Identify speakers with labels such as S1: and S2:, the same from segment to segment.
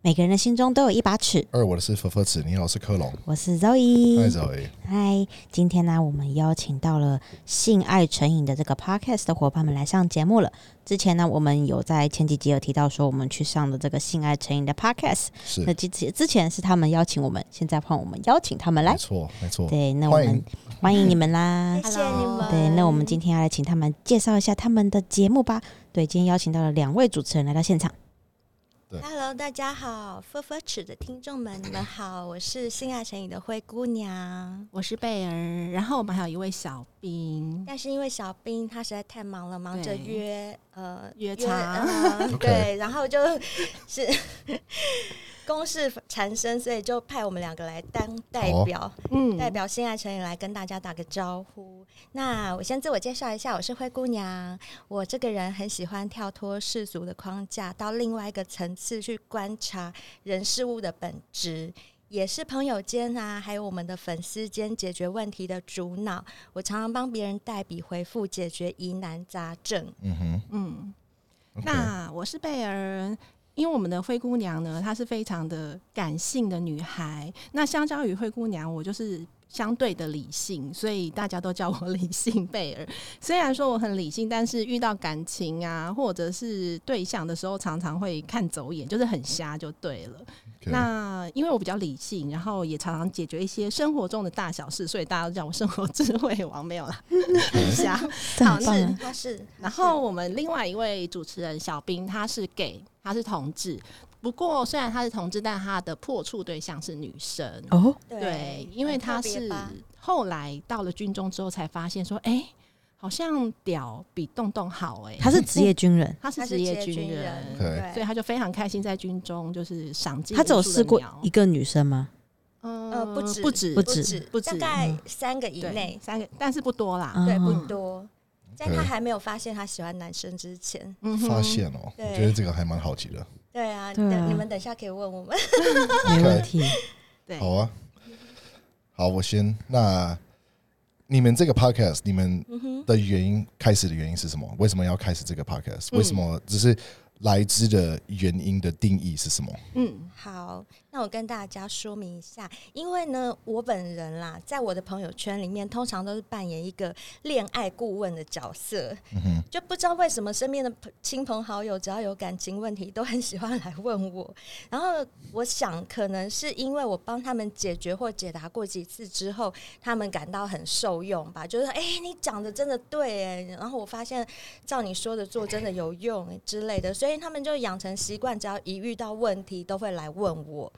S1: 每个人的心中都有一把尺。
S2: 二，我的是佛佛子，你好，我是科隆。
S1: 我是
S2: 嗨，
S1: Zoe，
S2: 赵爷，
S1: 嗨，今天呢、我们邀请到了性爱成瘾的这个 podcast 的伙伴们来上节目了。之前呢，我们有在前几集有提到说，我们去上的这个性爱成瘾的 podcast，
S2: 是
S1: 那之前之前是他们邀请我们，现在换我们邀请他们
S2: 没
S1: 来。
S2: 错，没错。
S1: 对，那我
S2: 欢
S1: 们
S2: 迎
S1: 欢迎你们 啦！
S3: 谢谢你们。
S1: 对，那我们今天要来请他们介绍一下他们的节目吧。对，今天邀请到了两位主持人来到现场。
S3: Hello，大家好，佛佛尺的听众们，你们好，我是性爱成瘾的灰姑
S1: 嗯
S3: 娘。
S4: 我是贝儿，然后我们还有一位小兵，
S3: 但是因为小兵他实在太忙了，忙着
S4: 对
S3: 约呃
S4: 约茶
S3: 呃
S2: OK
S3: 对，然后就是 公事缠身，所以就派我们两个来当代表，
S4: 嗯
S3: 代表性爱成瘾来跟大家打个招呼。那我先自我介绍一下，我是灰姑娘。我这个人很喜欢跳脱世俗的框架，到另外一个层次去观察人事物的本质。也是朋友间啊，还有我们的粉丝间解决问题的主脑。我常常帮别人代笔回复解决疑难杂症。
S2: 嗯哼，
S4: 嗯。
S2: OK
S4: 那我是贝儿，因为我们的灰姑娘呢，她是非常的感性的女孩，那相较于灰姑娘，我就是。相对的理性，所以大家都叫我理性贝儿。虽然说我很理性，但是遇到感情啊，或者是对象的时候，常常会看走眼，就是很瞎就对了。
S2: OK
S4: 那因为我比较理性，然后也常常解决一些生活中的大小事，所以大家都叫我生活智慧王没有啦，很瞎。
S1: 这
S4: 好
S1: 很
S4: 那
S1: 棒
S3: 是
S1: 啊！
S3: 他是，
S4: 然后我们另外一位主持人小兵，他是 gay，他是同志。不过虽然他是同志，但他的破处对象是女生。
S1: 哦，
S3: 对
S4: 对，因为
S3: 很特
S4: 他
S3: 别
S4: 是
S3: 吧
S4: 后来到了军中之后才发现说，哎、好像屌比洞洞好哎、
S1: 他是职业军人，
S4: 他是
S3: 他
S4: 职
S3: 是
S4: 业
S3: 职业
S4: 军
S3: 军
S4: 人，
S2: 对
S3: 对，
S4: 所以他就非常开心在军中就是赏尽
S1: 他只有
S4: 无数的
S1: 试过
S4: 鸟
S1: 一个女生吗？
S4: 呃
S3: 不止
S4: 不止
S1: 不
S3: 不
S1: 止
S3: 止
S4: 不止
S3: 大概三个以
S4: 对
S3: 内，
S4: 三个，但是不多啦。
S3: 啊对，不
S1: 哦
S3: 多。在
S2: OK
S3: 他还没有发现他喜欢男生之前，
S4: 嗯哼
S2: 发现哦，
S3: 对
S2: 我觉得这个还蛮好奇的。
S3: 对啊，
S1: 对啊
S3: 等你们等一下可以问我们。
S1: 没问题。
S4: 对
S2: 好啊，好，我先。那你们这个 podcast，你们
S4: 嗯
S2: 的原因开始的原因是什么？为什么要开始这个 podcast？为
S4: 嗯
S2: 什么只是来自的原因的定义是什么？
S4: 嗯
S3: 好，那我跟大家说明一下，因为呢，我本人啦，在我的朋友圈里面，通常都是扮演一个恋爱顾问的角色，
S2: 嗯哼，
S3: 就不知道为什么身边的朋亲朋好友只要有感情问题，都很喜欢来问我。然后我想，可能是因为我帮他们解决或解答过几次之后，他们感到很受用吧，就是哎、诶你讲的真的对哎，然后我发现照你说的做真的有用诶之类的，所以他们就养成习惯，只要一遇到问题都会来问我。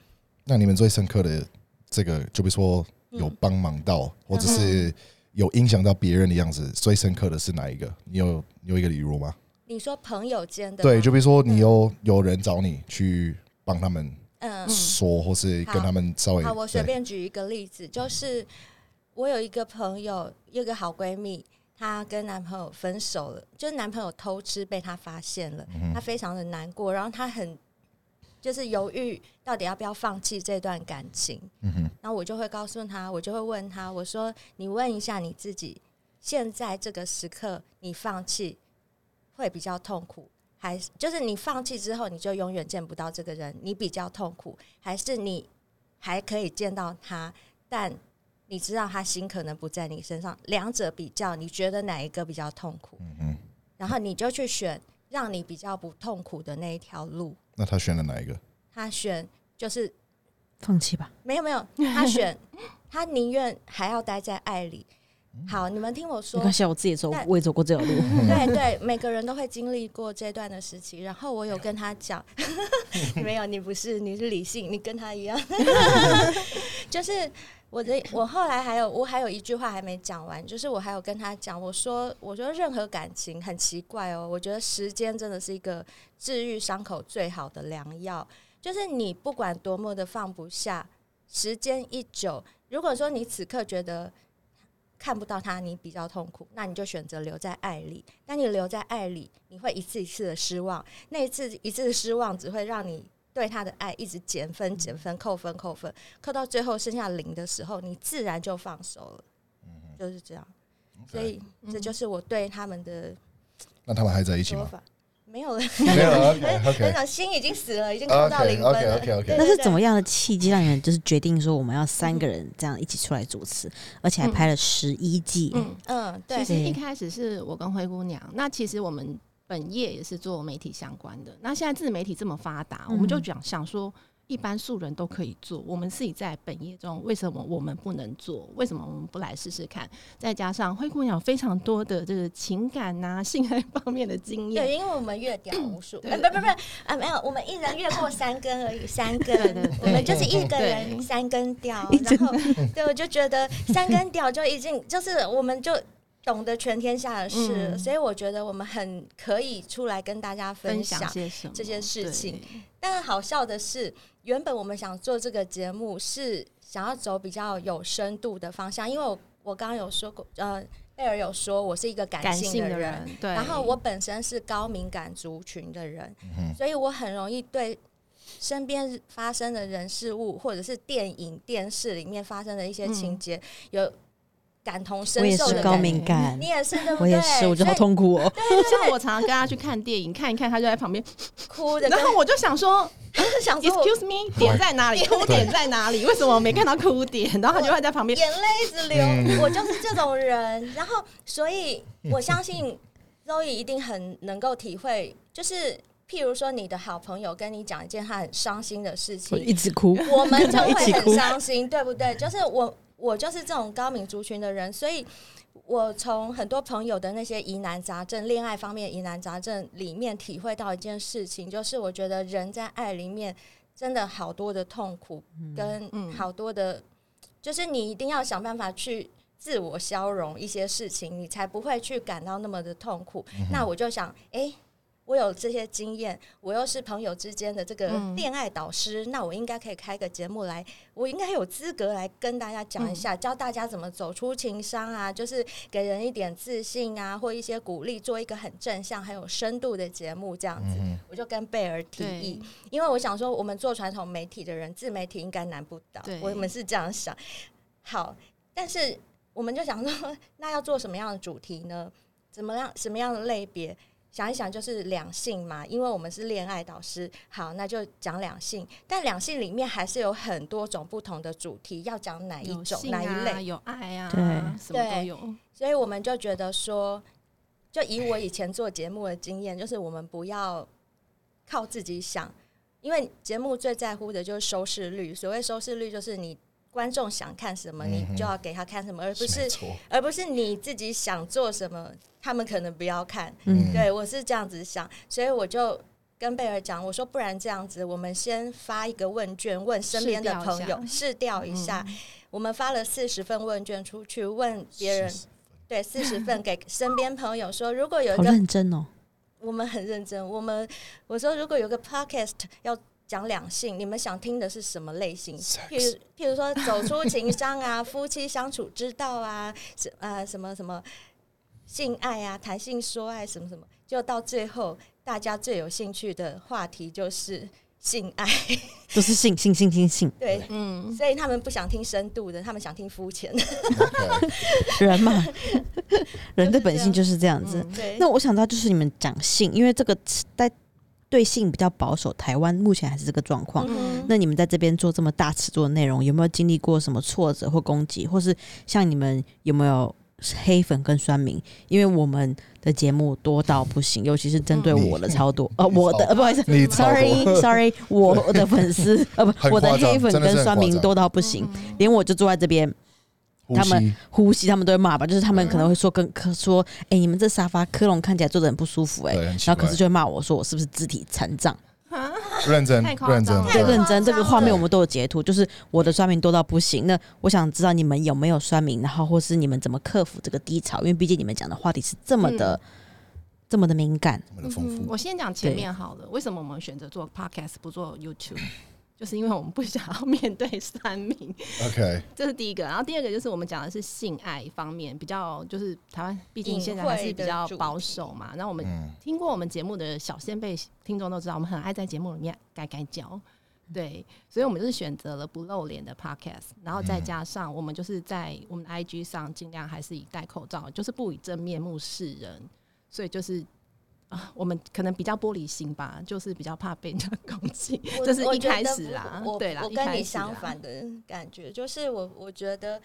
S2: 那你们最深刻的这个，就比如说有帮忙到，或者是
S3: 嗯
S2: 有影响到别人的样子，最深刻的是哪一个？你有你有一个理由吗？
S3: 你说朋友间的吗
S2: 对，就比如说你有有人找你去帮他们
S3: 嗯，
S2: 说，或是跟他们稍微
S3: 好，我随
S2: 对
S3: 便举一个例子，就是我有一个朋友，有一个好闺蜜，她跟男朋友分手了，就是男朋友偷吃被她发现了，
S2: 嗯
S3: 她非常的难过，然后她很就是犹豫到底要不要放弃这段感情。
S2: 嗯哼
S3: 然后我就会告诉她，我就会问她，我说：“你问一下你自己，现在这个时刻你放弃会比较痛苦，还是就是你放弃之后你就永远见不到这个人，你比较痛苦，还是你还可以见到他，但你知道他心可能不在你身上，两者比较，你觉得哪一个比较痛苦？
S2: 嗯哼，
S3: 然后你就去选让你比较不痛苦的那一条路。
S2: 那他选了哪一个？
S3: 他选就是
S1: 放弃吧，
S3: 没有没有，他选 他宁愿还要待在爱里。好，你们听我
S1: 没
S3: 说，
S1: 关系，我自己走，
S3: 但
S1: 我也走过这条路。
S3: 对对，每个人都会经历过这段的时期。然后我有跟他讲， 没有，你不是，你是理性，你跟他一样。 就是我的，我后来还有，我还有一句话还没讲完，就是我还有跟他讲，我说，我说任何感情很奇怪哦，我觉得时间真的是一个治愈伤口最好的良药，就是你不管多么的放不下，时间一久，如果说你此刻觉得看不到他，你比较痛苦，那你就选择留在爱里。但你留在爱里，你会一次一次的失望，那一次一次的失望只会让你对他的爱一直减
S2: 嗯
S3: 分、减分、扣分、扣分，扣到最后剩下零的时候，你自然就放手了。
S2: 嗯
S3: 就是
S1: 嗯
S3: 这样，所以这就是我对他们的
S2: 那他们还在一起
S3: 说
S2: 吗？
S3: 法。没 没有了， 啊
S2: 没有 OK
S3: 很
S2: OK
S3: 想心已经死了，已经空到
S2: OK
S3: 灵魂
S2: OK
S3: 了。
S2: OK
S3: 对
S2: OK，
S1: 那是怎么样的契机让你们就是决定说我们要三个人这样一起出来主持，而且还拍了十一季？
S4: 嗯，
S3: 嗯，对
S4: 其，实
S1: 对
S4: 一开始是我跟灰姑娘，那其实我们本业也是做媒体相关的。那现在自媒体这么发达，我们就
S1: 嗯
S4: 讲想说，一般素人都可以做，我们自己在本业中为什么我们不能做？为什么我们不来试试看？再加上灰姑娘有非常多的这个情感呐、性爱方面的经验，
S3: 对，因为我们越屌无数，
S4: 嗯对
S3: 哎，不不不，啊，没有，我们一人越过三根而已，三根
S4: 对对对，
S3: 我们就是一个人
S4: 对
S3: 三根屌，然后对我就觉得三根屌就已经就是我们就懂得全天下的事了，
S4: 嗯
S3: 所以我觉得我们很可以出来跟大家分
S4: 分
S3: 享
S4: 享。些什么
S3: 这些事
S4: 对
S3: 情但好笑的是，原本我们想做这个节目是想要走比较有深度的方向，因为我我刚刚有说过，呃，贝尔有说我是一个感
S4: 感
S3: 性
S4: 性
S3: 的
S4: 的
S3: 人，
S4: 人，对。
S3: 然后我本身是高敏感族群的人，
S1: 嗯
S2: 哼
S3: 所以我很容易对身边发生的人事物，或者是电影、电视里面发生的一些情
S4: 嗯
S3: 节、有感同
S1: 我也
S3: 嗯身受
S1: 是
S3: 的
S1: 高
S3: 感
S1: 敏感
S3: 你，也是对不对？
S1: 我也是，我觉得好
S3: 所以
S1: 痛苦哦。
S4: 像我常常跟他去看电影，看一看，他就在旁边，
S3: 哭的，
S4: 然后我就想说，
S3: 就是想说我
S4: Excuse me，点在 哪里？哭点在哪里？为什么我没看到哭点？然后他就会在旁边。
S3: 眼泪一直
S1: 嗯
S3: 流，我就是这种人。然后，所以我相信 Zoe 一定很能够体会，就是譬如说你的好朋友跟你讲一件他很伤心的事
S1: 我
S3: 情，
S1: 一直哭，
S3: 我们就
S1: 一
S3: 会
S1: 起
S3: 很
S1: 哭
S3: 伤心，对不对？就是我，我就是这种高敏族群的人，所以我从很多朋友的那些疑难杂症、恋爱方面的疑难杂症里面，体会到一件事情，就是我觉得人在爱里面真的好多的痛苦，跟
S4: 嗯
S3: 好多的，就是你一定要想办法去。自我消融一些事情，你才不会去感到那么的痛苦。
S2: 嗯
S3: 那我就想，哎、我有这些经验，我又是朋友之间的这个
S4: 嗯
S3: 恋爱导师，那我应该可以开个节目来，我应该有资格来跟大家讲一下，教大家怎么走出情伤啊，就是给人一点自信啊，或一些鼓励，做一个很正向、很有深度的节目这样子。
S2: 嗯
S3: 我就跟贝尔提议，因为我想说，我们做传统媒体的人，自媒体应该难不倒
S4: 对，
S3: 我们是这样想。好，但是我们就想说，那要做什么样的主题呢？怎么样什么样的类别？想一想，就是两性嘛，因为我们是恋爱导师，好，那就讲两性。但两性里面还是有很多种不同的主题，要讲哪一
S4: 有
S3: 种、
S4: 性
S3: 哪一类
S4: 啊，？有爱啊，
S1: 对
S4: 什么都有。
S3: 所以我们就觉得说，就以我以前做节目的经验，就是我们不要靠自己想，因为节目最在乎的就是收视率。所谓收视率，就是你观众想看什么，
S2: 嗯哼
S3: 你就要给他看什么，而不
S2: 哼，没
S3: 是
S2: 错，
S3: 而不是你自己想做什么，他们可能不要看。
S1: 嗯，
S3: 对我是这样子想，所以我就。跟贝尔讲，我说不然这样子，我们先发一个问卷，问身边的
S4: 试调一
S3: 朋
S4: 下嗯
S3: 友试调一下。我们发了四十份问卷出去，问别人
S2: 是
S3: 对，四十 份给身边朋友说，如果有一
S1: 好
S3: 个
S1: 认真哦。
S3: 我们很认真，我们我说如果有个 podcast 要讲两性，你们想听的是什么类型？譬
S2: Sex
S3: 如譬如说走出情 伤啊，夫妻相处之道啊，什呃什么什么性爱啊，谈性说爱什么什么，就到最后大家最有兴趣的话题就是性爱，
S1: 都是性性性性性
S3: 对。
S4: 嗯，
S3: 所以他们不想听深度的，他们想听肤浅的。
S2: OK，
S1: 人嘛， 人的本性就是这样子。
S3: 对，
S1: 嗯那我想到就是你们讲性，因为这个在对性比较保守，台湾目前还是这个状况。
S3: 嗯
S1: 那你们在这边做这么大尺度的内容，有没有经历过什么挫折或攻击，或是像你们有没有黑粉跟酸民？因为我们的节目多到不行，尤其是针对我的超多，呃，我的呃不好意思
S2: 嗯 你超多
S1: ，sorry sorry，我的粉丝呃
S2: 很
S1: 不，我的
S2: 夸张
S1: 黑粉
S2: 真的
S1: 跟
S2: 是很
S1: 酸
S2: 夸
S1: 民
S2: 张
S1: 多到不行，
S4: 嗯
S1: 连我就坐在这边。
S2: 呼
S1: 他们
S2: 吸
S1: 呼吸，他们都会骂吧，就是他们可能会说
S2: 嗯
S1: 跟科说，哎、你们这沙发科隆看起来坐的很不舒服、哎，
S2: 对，很奇
S1: 然后
S2: 怪
S1: 可是就会骂我说我是不是肢体残障？
S4: 嗯
S2: 认真
S4: 太夸张
S2: 认真
S4: 了，
S1: 对，
S3: 太
S1: 认
S3: 夸张
S1: 真，这个画
S3: 了
S1: 面我们都有截图，就是我的酸民多到不行。那我想知道你们有没有酸民，然后或是你们怎么克服这个低潮？因为毕竟你们讲的话题是这么的、这么的敏感，
S2: 这么的丰富，
S4: 我先讲前
S1: 对
S4: 面好了。为什么我们选择做 podcast 不做 YouTube？就是因为我们不想要面对三名，
S3: 嗯
S2: OK，
S4: 这是第一个。然后第二个就是我们讲的是性爱方面，比较就是台湾，毕竟现在还是比较保守嘛。那我们
S2: 嗯，
S4: 听过我们节目的小先辈听众都知道，我们很爱在节目里面改改脚，对，所以我们就是选择了不露脸的 podcast，然后再加上我们就是在我们的 IG 上尽量还是以戴口罩，就是不以真面目示人，所以就是啊，我们可能比较玻璃心吧，就是比较怕被人家攻击，
S3: 我
S4: 这是
S3: 我
S4: 一
S3: 觉
S4: 开
S3: 得
S4: 始
S3: 不
S4: 啦
S3: 我，
S4: 对啦，
S3: 我
S4: 一
S3: 跟
S4: 开
S3: 你
S4: 始
S3: 相
S4: 啦
S3: 反的感觉，就是我我觉得，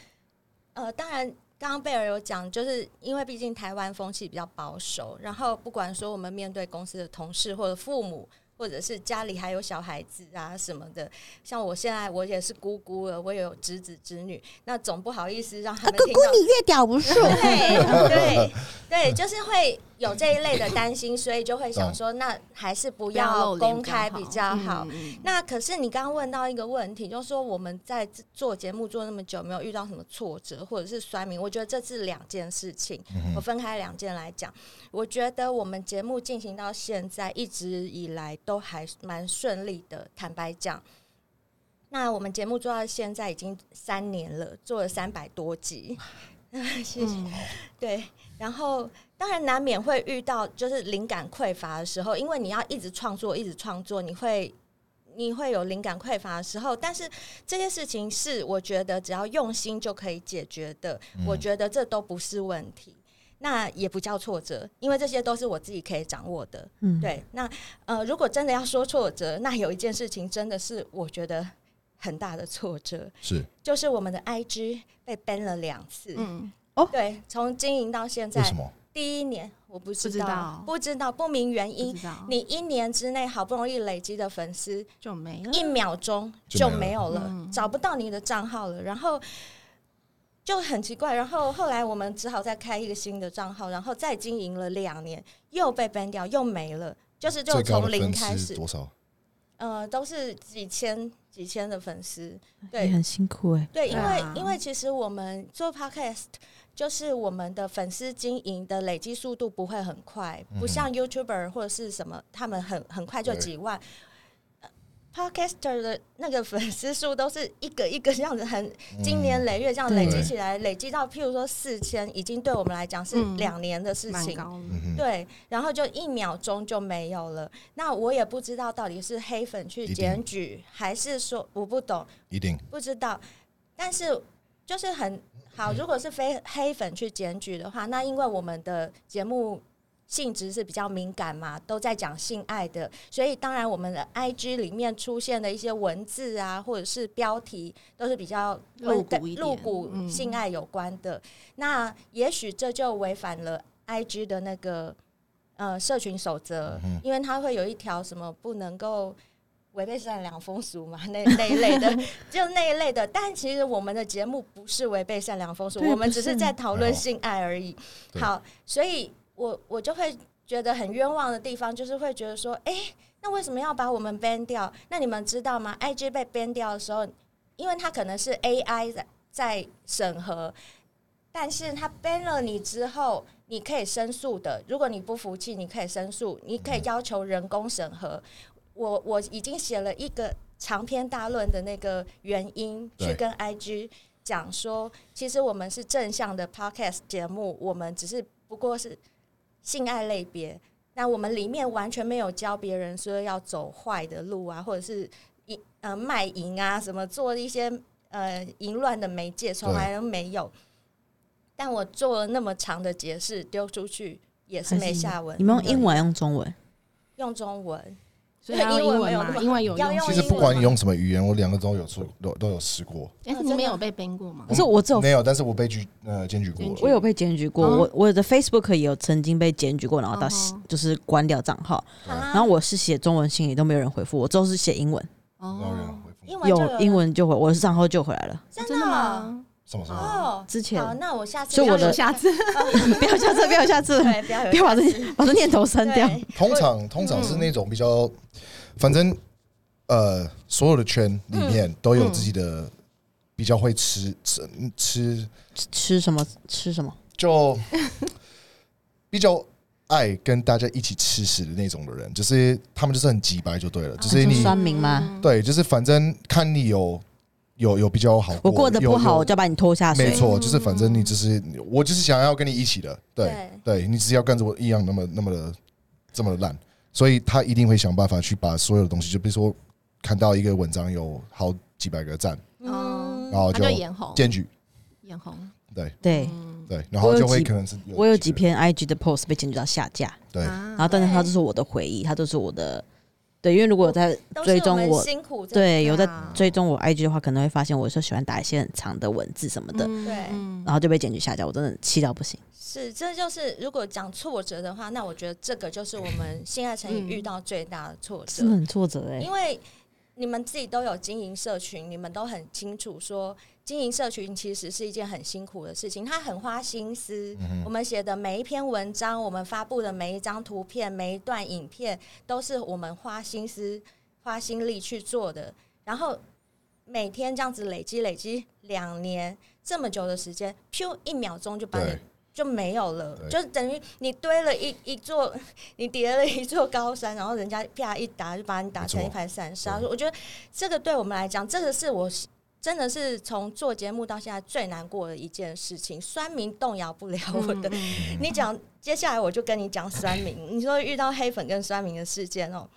S3: 呃，当然。刚刚贝尔有讲，就是因为毕竟台湾风气比较保守，然后不管说我们面对公司的同事或者父母，或者是家里还有小孩子啊什么的，像我现在我也是姑姑了，我也有侄子侄女，那总不好意思让他
S4: 啊
S3: 们
S1: 哥
S3: 听到
S1: 哥，你越屌不是？
S3: 对对对，就是会有这一类的担心，所以就会想说，那还是不
S4: 不
S3: 要
S4: 露脸
S3: 公开比较好。
S4: 嗯嗯
S3: 那可是你刚刚问到一个问题，就是说我们在做节目做那么久，有没有遇到什么挫折或者是酸民？我觉得这是两件事情，
S2: 嗯
S3: 我
S2: 哼
S3: 分开两件来讲。我觉得我们节目进行到现在，一直以来都还蛮顺利的，坦白讲。那我们节目做到现在已经三年了，做了三百多集， 谢谢。
S4: 嗯
S3: 对，然后当然难免会遇到就是灵感匮乏的时候，因为你要一直创作，一直创作，你会你会有灵感匮乏的时候。但是这些事情是我觉得只要用心就可以解决的，我觉得这都不是问题。那也不叫挫折，因为这些都是我自己可以掌握的。
S1: 嗯，
S3: 对，那呃，如果真的要说挫折，那有一件事情真的是我觉得很大的挫折，
S2: 是
S3: 就是我们的 IG 被 ban 了两次。
S4: 嗯，
S3: 对，从经营到现
S2: 为
S3: 在
S2: 什，么？
S3: 第一年我不知
S4: 不知
S3: 道
S4: 道，
S3: 不知道不明原
S4: 不
S3: 因。
S4: 知道
S3: 你一年之内好不容易累积的粉丝，
S4: 就没了
S3: 一秒钟
S2: 就
S3: 就
S2: 没
S3: 没有了，
S4: 嗯
S3: 找不到你的账号了，然后就很奇怪。然后后来我们只好再开一个新的账号，然后再经营了两年，又被 ban 掉，又没了，就是就
S2: 最高的
S3: 从零
S2: 分
S3: 开
S2: 丝
S3: 始，
S2: 多少？
S3: 呃，都是几千几千的粉丝，对，
S1: 也很辛苦哎、
S3: 对，因为、
S4: 对啊
S3: 因为其实我们做 podcast，就是我们的粉丝经营的累积速度不会很快，
S2: 嗯哼
S3: 不像 YouTuber 或者是什么，他们很很快就
S2: 对
S3: 几万。呃 Podcaster 的那个粉丝数都是一个一个这样子很经年累月这样累积
S2: 对
S3: 起来，累积到譬如说四千，已经对我们来讲是
S4: 嗯
S3: 两年的事
S4: 蛮
S3: 情。
S4: 高的，
S2: 嗯哼，
S3: 对，然后就一秒钟就没有了。那我也不知道到底是黑粉去
S2: 一定
S3: 检举，还是说我不懂，
S2: 一定
S3: 不知道，但是就是很好。如果是非黑粉去检举的话，那因为我们的节目性质是比较敏感嘛，都在讲性爱的，所以当然我们的 IG 里面出现的一些文字啊，或者是标题，都是比较
S4: 露骨
S3: 跟
S4: 一点
S3: 露骨
S4: 嗯
S3: 性爱有关的。那也许这就违反了 IG 的那个呃社群守则，
S2: 嗯哼
S3: 因为它会有一条什么不能够违背善良风俗嘛，那那一 类的，就那一类的。但其实我们的节目不是违背善良风俗，
S1: 对
S3: 我们
S1: 不
S3: 只
S1: 是
S3: 是在讨
S2: 没
S3: 论
S2: 有
S3: 性爱而已。
S2: 对
S3: 好，所以我我就会觉得很冤枉的地方，就是会觉得说，哎、那为什么要把我们 ban 掉？那你们知道吗？IG 被 ban 掉的时候，因为它可能是 AI 在在审核，但是它 ban 了你之后，你可以申诉的。如果你不服气，你可以申诉，你可以要求人工审核。我我已经写了一个长篇大论的那个原因，
S2: 对
S3: 去跟 IG 讲说，其实我们是正向的 podcast 节目，我们只是不过是性爱类别。那我们里面完全没有教别人说要走坏的路啊，或者是淫呃卖淫啊，什么做一些呃淫乱的媒介，从来都没有。但我做了那么长的解释，丢出去也是没下文。
S1: 你们用英文还是用中文？
S3: 用中文，
S4: 所以要
S3: 英文没
S4: 用英文
S3: 有那
S4: 嘛，
S3: 么
S4: 英文有
S3: 要用
S2: 其
S4: 用
S2: 实
S3: 英
S2: 不
S3: 文
S2: 管
S3: 吗
S2: 你用什么语言，我两个都有出都都有试过。
S3: 哦
S4: 哎，你们
S3: 真的
S4: 有被 ban 过吗
S1: 可？是我只有
S2: 没有，但是我被拒呃检举过
S4: 检
S2: 了
S4: 举
S1: 我有被检举过，
S4: 嗯
S1: 我我的 Facebook 也有曾经被检举过，然后到
S4: 嗯哼
S1: 就是关掉账号，
S3: 啊
S1: 然后我是写中文信也都没有人回复，我都是写英文，
S2: 没有人
S4: 哦，
S2: 回复。
S3: 英文就
S1: 有英文就回，我的账号救回来了。
S3: 真
S4: 真
S3: 的哦
S4: 的吗？
S2: 什么时候？
S3: 哦。
S1: 之前
S3: 好，那我下次
S1: 所以
S3: 不要
S1: 我的
S3: 有
S4: 下次
S1: 不要下次，不要下次，
S3: 对，不要 有
S1: 不要把这
S3: 下次
S1: 把这念头删掉。
S3: 对
S2: 通常
S3: 嗯
S2: 通常是那种比较，反正呃，所有的圈里
S3: 嗯
S2: 面都有自己的比较会吃吃吃，
S1: 吃什么吃什么？
S2: 就比较爱跟大家一起吃屎的那种的人，就是他们就是很急白就对了，
S3: 啊
S2: 就是
S1: 就
S2: 你
S1: 酸民吗？
S2: 对，就是反正看你有有有比较好
S1: 我过得
S2: 有
S1: 不好，
S2: 有
S1: 我就要把你拖下水。
S2: 没错，就是反正你只是我就是想要跟你一起的，对对，你只是要跟着我一样那么那么的这么的烂，所以他一定会想办法去把所有的东西，就比如说看到一个文章有好几百个赞，
S3: 嗯
S2: 然后
S1: 哦
S4: 他就眼红，
S2: 检举，
S4: 眼红，
S2: 对，
S1: 对，
S4: 嗯
S2: 对，然后就
S1: 我有
S2: 会
S1: 几
S2: 可能是
S1: 我有几篇 IG 的 post 被检举到下架，
S2: 对，
S4: 啊
S1: 然后但是它就是我的回忆，它都是我的对，因为如果有在
S3: 都是
S1: 追踪
S3: 们
S1: 我，
S3: 辛苦在
S4: 啊
S1: 对有在
S3: 打
S1: 追踪我 IG 的话，可能会发现我有时候喜欢打一些很长的文字什么的，啊
S3: 对
S4: 嗯
S1: 然后就被检举下架，我真的气到不行。
S3: 是，这就是如果讲挫折的话，那我觉得这个就是我们性爱成瘾遇到最大的挫折，欸
S1: 真的很挫折哎、
S3: 因为你们自己都有经营社群，你们都很清楚说，经营社群其实是一件很辛苦的事情，它很花心思。我们写的每一篇文章，我们发布的每一张图片、每一段影片，都是我们花心思、花心力去做的。然后每天这样子累积、累积两年这么久的时间，咻，一秒钟就把你
S2: 对
S3: 就没有了，
S2: 对
S3: 就等于你堆了一一座， 你叠了一座高山，然后人家啪一打就把你打成一盘散沙。
S2: 没错
S3: 我觉得这个对我们来讲，这个是我真的是从做节目到现在最难过的一件事情。酸民动摇不了我的， 你讲接下来我就跟你讲酸 民，你说遇到黑粉跟酸民的事件哦，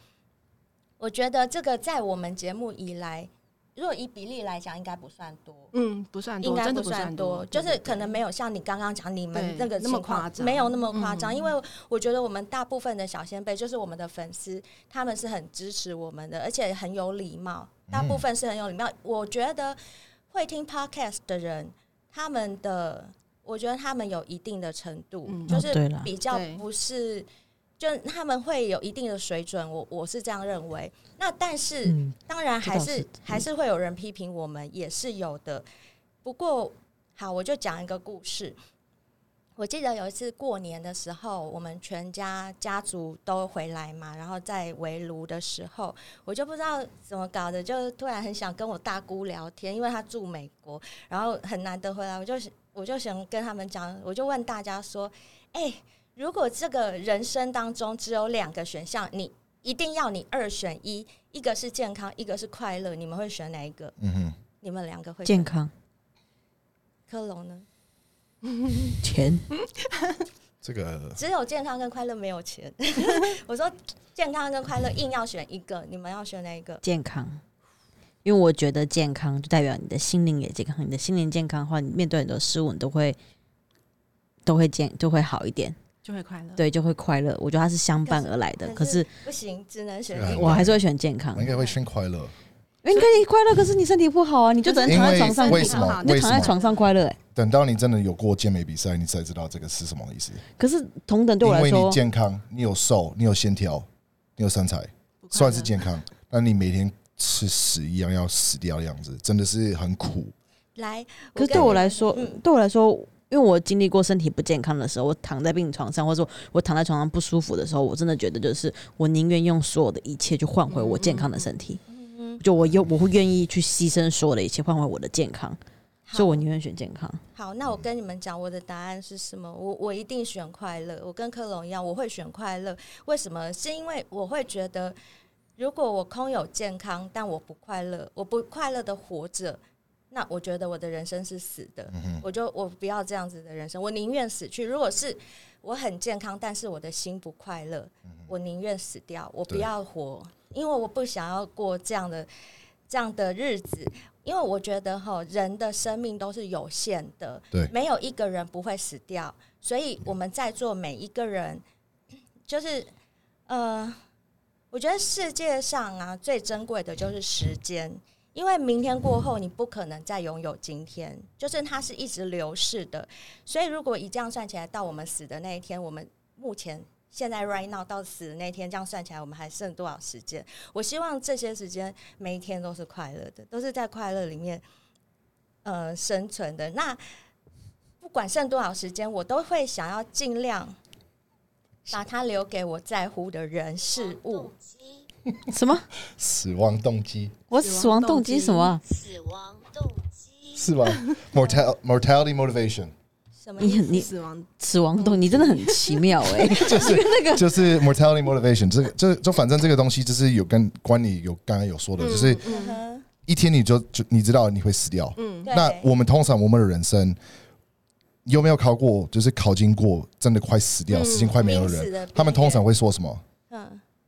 S3: 我觉得这个在我们节目以来，如果以比例来讲，应该不算多。
S4: 嗯，不算多，
S3: 应该
S4: 真的
S3: 算
S4: 算
S3: 多，
S4: 对
S3: 就
S4: 对
S3: 是
S4: 对
S3: 可能没有像你刚刚讲你们
S4: 对
S3: 那个
S4: 那么
S3: 情况
S4: 夸张
S3: 没有那么夸张。
S4: 嗯
S3: 因为我觉得我们大部分的小先辈，就是我们的粉丝，他们是很支持我们的，而且很有礼貌，大
S1: 嗯
S3: 部分是很有礼貌。我觉得会听 podcast 的人，他们的，我觉得他们有一定的程度，
S4: 嗯
S3: 就
S1: 哦
S3: 是
S1: 对啦
S3: 比较
S4: 对
S3: 不是。就他们会有一定的水准，我我是这样认为。那但是，
S1: 嗯，
S3: 当然
S1: 这
S3: 还
S1: 倒
S3: 是
S1: 是
S3: 还是会有人批评我们，也是有的。不过好，我就讲一个故事。我记得有一次过年的时候，我们全家家族都回来嘛，然后在围炉的时候，我就不知道怎么搞的，就突然很想跟我大姑聊天，因为她住美国，然后很难得回来，我就我就想跟他们讲，我就问大家说：“哎、如果这个人生当中只有两个选项，你一定要你二选一，一个是健康，一个是快乐，你们会选哪一个？
S2: 嗯哼，
S3: 你们两个会选
S1: 健康
S3: 科隆呢？
S1: 钱
S2: 这个
S3: 只有健康跟快乐没有钱。 我说健康跟快乐硬要选一个，你们要选哪一个？
S1: 健康，因为我觉得健康就代表你的心灵也健康，你的心灵健康的话，你面对很多事物你都会都会健都会好一点，
S4: 就会快乐。
S1: 对，就会快乐。我觉得它是相伴而来的，可
S3: 可是
S1: 是
S3: 不行，只能选
S2: 是
S3: 一
S2: 啊
S3: 个。
S1: 我还是会选健康
S2: 我。应该会选快乐，
S1: 因为你快乐，可是你身体不好啊，你就只能
S2: 因
S1: 躺在
S2: 为
S1: 床上，
S2: 为
S4: 你
S2: 什
S4: 躺
S2: 么
S4: 好？
S1: 你就
S2: 为
S1: 躺
S2: 什
S1: 在
S2: 么？
S1: 床上快乐、欸。
S2: 等到你真的有过健美比赛，你才知道这个是什么意思。
S1: 可是同等对
S2: 因
S1: 我来
S2: 为你
S1: 说，
S2: 健康，你有瘦，你有线条，你有身材，
S4: 不快乐
S2: 算是健康。但你每天吃屎一样要死掉的样子，真的是很苦。
S3: 来，
S1: 可是
S3: 跟
S1: 对我
S3: 你
S1: 来说，
S3: 嗯
S1: 对我来说，因为我经历过身体不健康的时候，我躺在病床上，或者说我躺在床上不舒服的时候，我真的觉得就是我宁愿用所有的一切去换回我健康的身体，
S3: 嗯，
S1: 就我又我会愿意去牺牲所有的一切换回我的健康，所以我宁愿选健 康。
S3: 好，那我跟你们讲我的答案是什么？我我一定选快乐。我跟科隆一样，我会选快乐。为什么？是因为我会觉得，如果我空有健康，但我不快乐，我不快乐的活着，那我觉得我的人生是死的。我就我不要这样子的人生，我宁愿死去。如果是我很健康，但是我的心不快乐，我宁愿死掉，我不
S2: 对
S3: 要活，因为我不想要过这样的这样的日子。因为我觉得哈，人的生命都是有限的，
S2: 对
S3: 没有一个人不会死掉，所以我们在座每一个人，就是呃，我觉得世界上啊最珍贵的就是时间，因为明天过后你不可能再拥有今天，就是它是一直流逝的，所以如果以这样算起来，到我们死的那一天，我们目前。现在 right now 到死的那天，这样算起来，我们还剩多少时间？我希望这些时间每一天都是快乐的，都是在快乐里面呃生存的。那不管剩多少时间，我都会想要尽量把它留给我在乎的人事物。
S1: 什么？
S2: 死亡动机
S1: 我死亡动机什么啊？
S5: 死亡动机。
S2: 是吧？Mortal mortality motivation
S3: 什么
S1: 你
S3: 意思？
S1: 很你
S4: 死亡
S1: 死亡动，你真的很奇妙 哎、 就是那个
S2: 就是 mortality motivation，这个就就反正这个东西就是有跟关你有刚刚有说的，就是
S3: 嗯哼
S2: 一天你就就你知道你会死掉，
S4: 嗯
S3: 对
S2: 那我们通常我们的人生有没有考过？就是考经过真的快死掉，
S4: 嗯
S2: 死心快没有
S3: 濒死的
S2: 人
S3: 边，
S2: 他们通常会说什么？
S3: 嗯，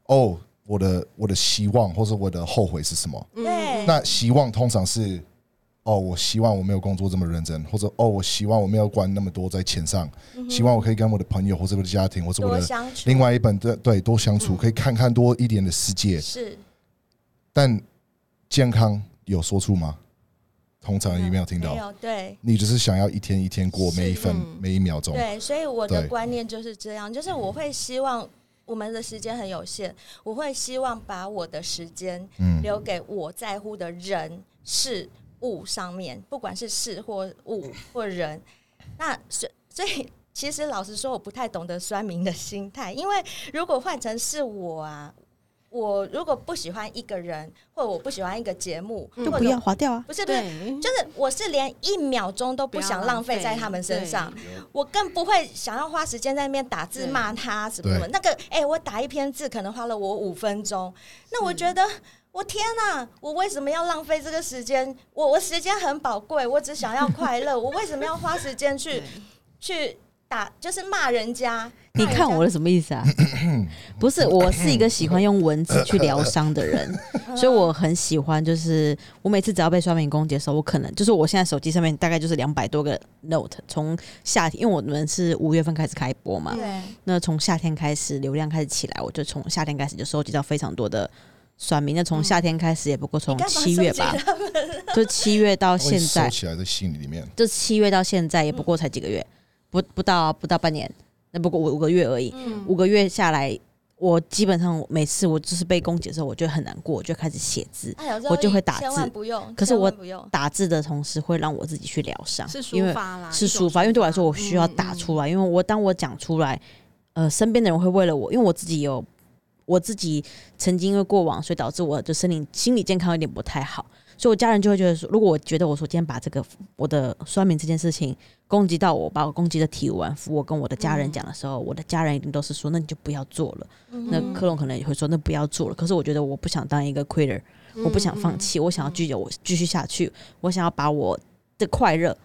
S2: 哦，
S3: 嗯
S2: 我的我的希望或者我的后悔是什么？
S3: 对，
S2: 那希望通常是哦，我希望我没有工作这么认真，或者哦，我希望我没有管那么多在钱上，希望我可以跟我的朋友或者我的家庭或者我
S3: 嗯多
S2: 的
S3: 相处。
S2: 另外一本对对多相处，
S3: 嗯
S2: 可以看看多一点的世界。
S3: 是
S2: 但健康有说出吗？通常也没有听
S3: 嗯没
S2: 到，
S3: 有对
S2: 你只是想要一天一天过
S3: 是
S2: 每一分
S4: 嗯
S2: 每一秒钟。
S3: 对，所以我的
S2: 对
S3: 观念就是这样，就是我会希望我们的时间很有限，我会希望把我的时间
S2: 嗯，
S3: 留给我在乎的人事物上面，不管是事或物或人。那所所以，其实老实说，我不太懂得酸民的心态，因为如果换成是我啊，我如果不喜欢一个人，或我不喜欢一个节目，
S4: 嗯
S1: 就
S3: 或
S1: 不
S3: 者
S1: 要划掉啊。
S3: 不是不是。
S4: 对，
S3: 就是我是连一秒钟都不想浪费在他们身上，我更不会想要花时间在那边打字
S4: 对
S3: 骂他什么什么。
S2: 对
S3: 那个，哎、我打一篇字可能花了我五分钟，那我觉得。我天呐、我为什么要浪费这个时间？我我时间很宝贵，我只想要快乐。我为什么要花时间去
S4: 对，
S3: 去打，就是骂人家？
S1: 你
S3: 骂人
S1: 看
S3: 家
S1: 我的什么意思啊？不是，我是一个喜欢用文字去疗伤的 人，所以我很喜欢，就是我每次只要被刷屏攻击的时候，我可能就是我现在手机上面大概就是两百多个 note，从夏天，因为我们是五月份开始开播嘛，
S3: 对
S1: 那从夏天开始流量开始起来，我就从夏天开始就收集到非常多的。酸民，那从夏天开始也不过从
S3: 你干嘛
S1: 七月吧，就七月到
S2: 会
S1: 现在
S2: 收，起来在心里面。
S1: 就七月到现在也不过才几个月，不不到不到半年，那不过五五个月而已。
S3: 嗯
S1: 五个月下来，我基本上每次我就是被攻击的时候，我就很难过，我就开始写字。
S3: 哎有时候
S1: 我就会打
S3: 千
S1: 字
S3: 万不用。
S1: 可是我
S3: 千万不用，
S1: 打字的同时，会让我自己去疗伤，
S4: 是
S1: 因
S4: 抒
S1: 为
S4: 发啦，
S1: 是
S4: 啊一种
S1: 抒发。因为对我来说，我
S4: 抒
S1: 需要
S4: 嗯
S1: 打
S4: 嗯
S1: 出来，因为我当我讲出来，呃，身边的人会为了我，因为我自己有我自己曾经因为过往，所以导致我的身体心理健康有点不太好，所以我家人就会觉得说，如果我觉得我说今天把这个我的酸民这件事情攻击到我，把我攻击的体无完肤，我跟我的
S4: 嗯
S1: 家人讲的时候，我的家人一定都是说，那你就不要做了。那
S3: 嗯
S1: 克隆可能也会说，那不要做了。可是我觉得我不想当一个 quitter，、我
S4: 嗯
S1: 不想放弃，我想要继续我继续下去，我想要把我的快乐、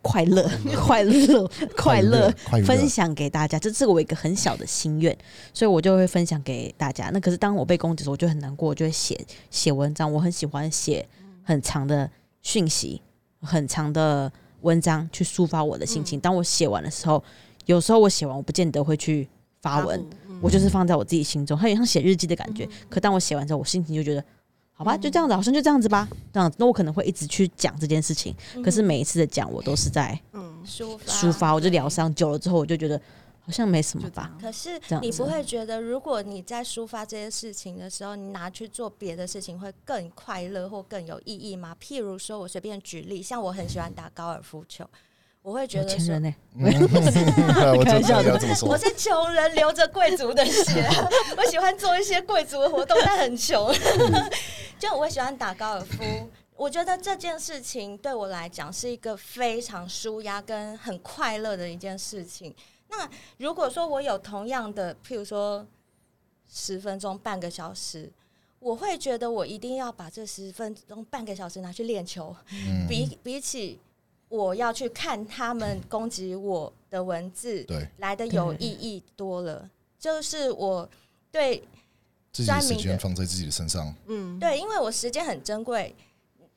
S1: 快乐、快乐、 快乐
S2: 快乐
S1: 分享给大家。这是我一个很小的心愿，所以我就会分享给大家。那可是当我被攻击的时候，我就很难过，我就会写写文章。我很喜欢写很长的讯息，很长的文章去抒发我的心情。当我写完的时候，有时候我写完，我不见得会去发文，，
S4: 嗯
S1: 我就是放在我自己心中，它有点像写日记的感
S3: 嗯
S1: 觉。可当我写完之后，我心情就觉得，好吧，就这样子，好像啊就这样子吧，这样子。那我可能会一直去讲这件事情，
S3: 嗯
S1: 可是每一次的讲，我都是在
S4: 嗯，
S3: 抒发
S1: 抒发，我就疗伤。久了之后，我就觉得好像没什么
S4: 就这
S1: 吧。
S4: 样
S3: 可是
S1: 这样
S3: 你
S1: 子
S3: 不会觉得，如果你在抒发这些事情的时候，你拿去做别的事情，会更快乐或更有意义吗？譬如说，我随便举例，像我很喜欢打高尔夫球，我会觉
S1: 有
S3: 得
S1: 钱
S3: 说
S1: 人。呢、
S2: 嗯 我
S1: 开玩
S2: 真
S1: 笑
S2: 的
S1: 的
S2: 要这么说，
S3: 我是穷人，流着贵族的 血。我喜欢做一些贵族的活动，但很穷。
S2: 嗯
S3: 就我喜欢打高尔夫，我觉得这件事情对我来讲是一个非常舒压跟很快乐的一件事情。那如果说我有同样的，譬如说十分钟、半个小时。我会觉得我一定要把这十分钟、半个小时拿去练球，
S2: 嗯，
S3: 比比起我要去看他们攻击我的文字，
S2: 对，
S3: 来的有
S1: 对
S3: 意义多了。就是我对
S2: 自己的时间放在自己的身上，
S4: 嗯，
S3: 对，因为我时间很珍贵，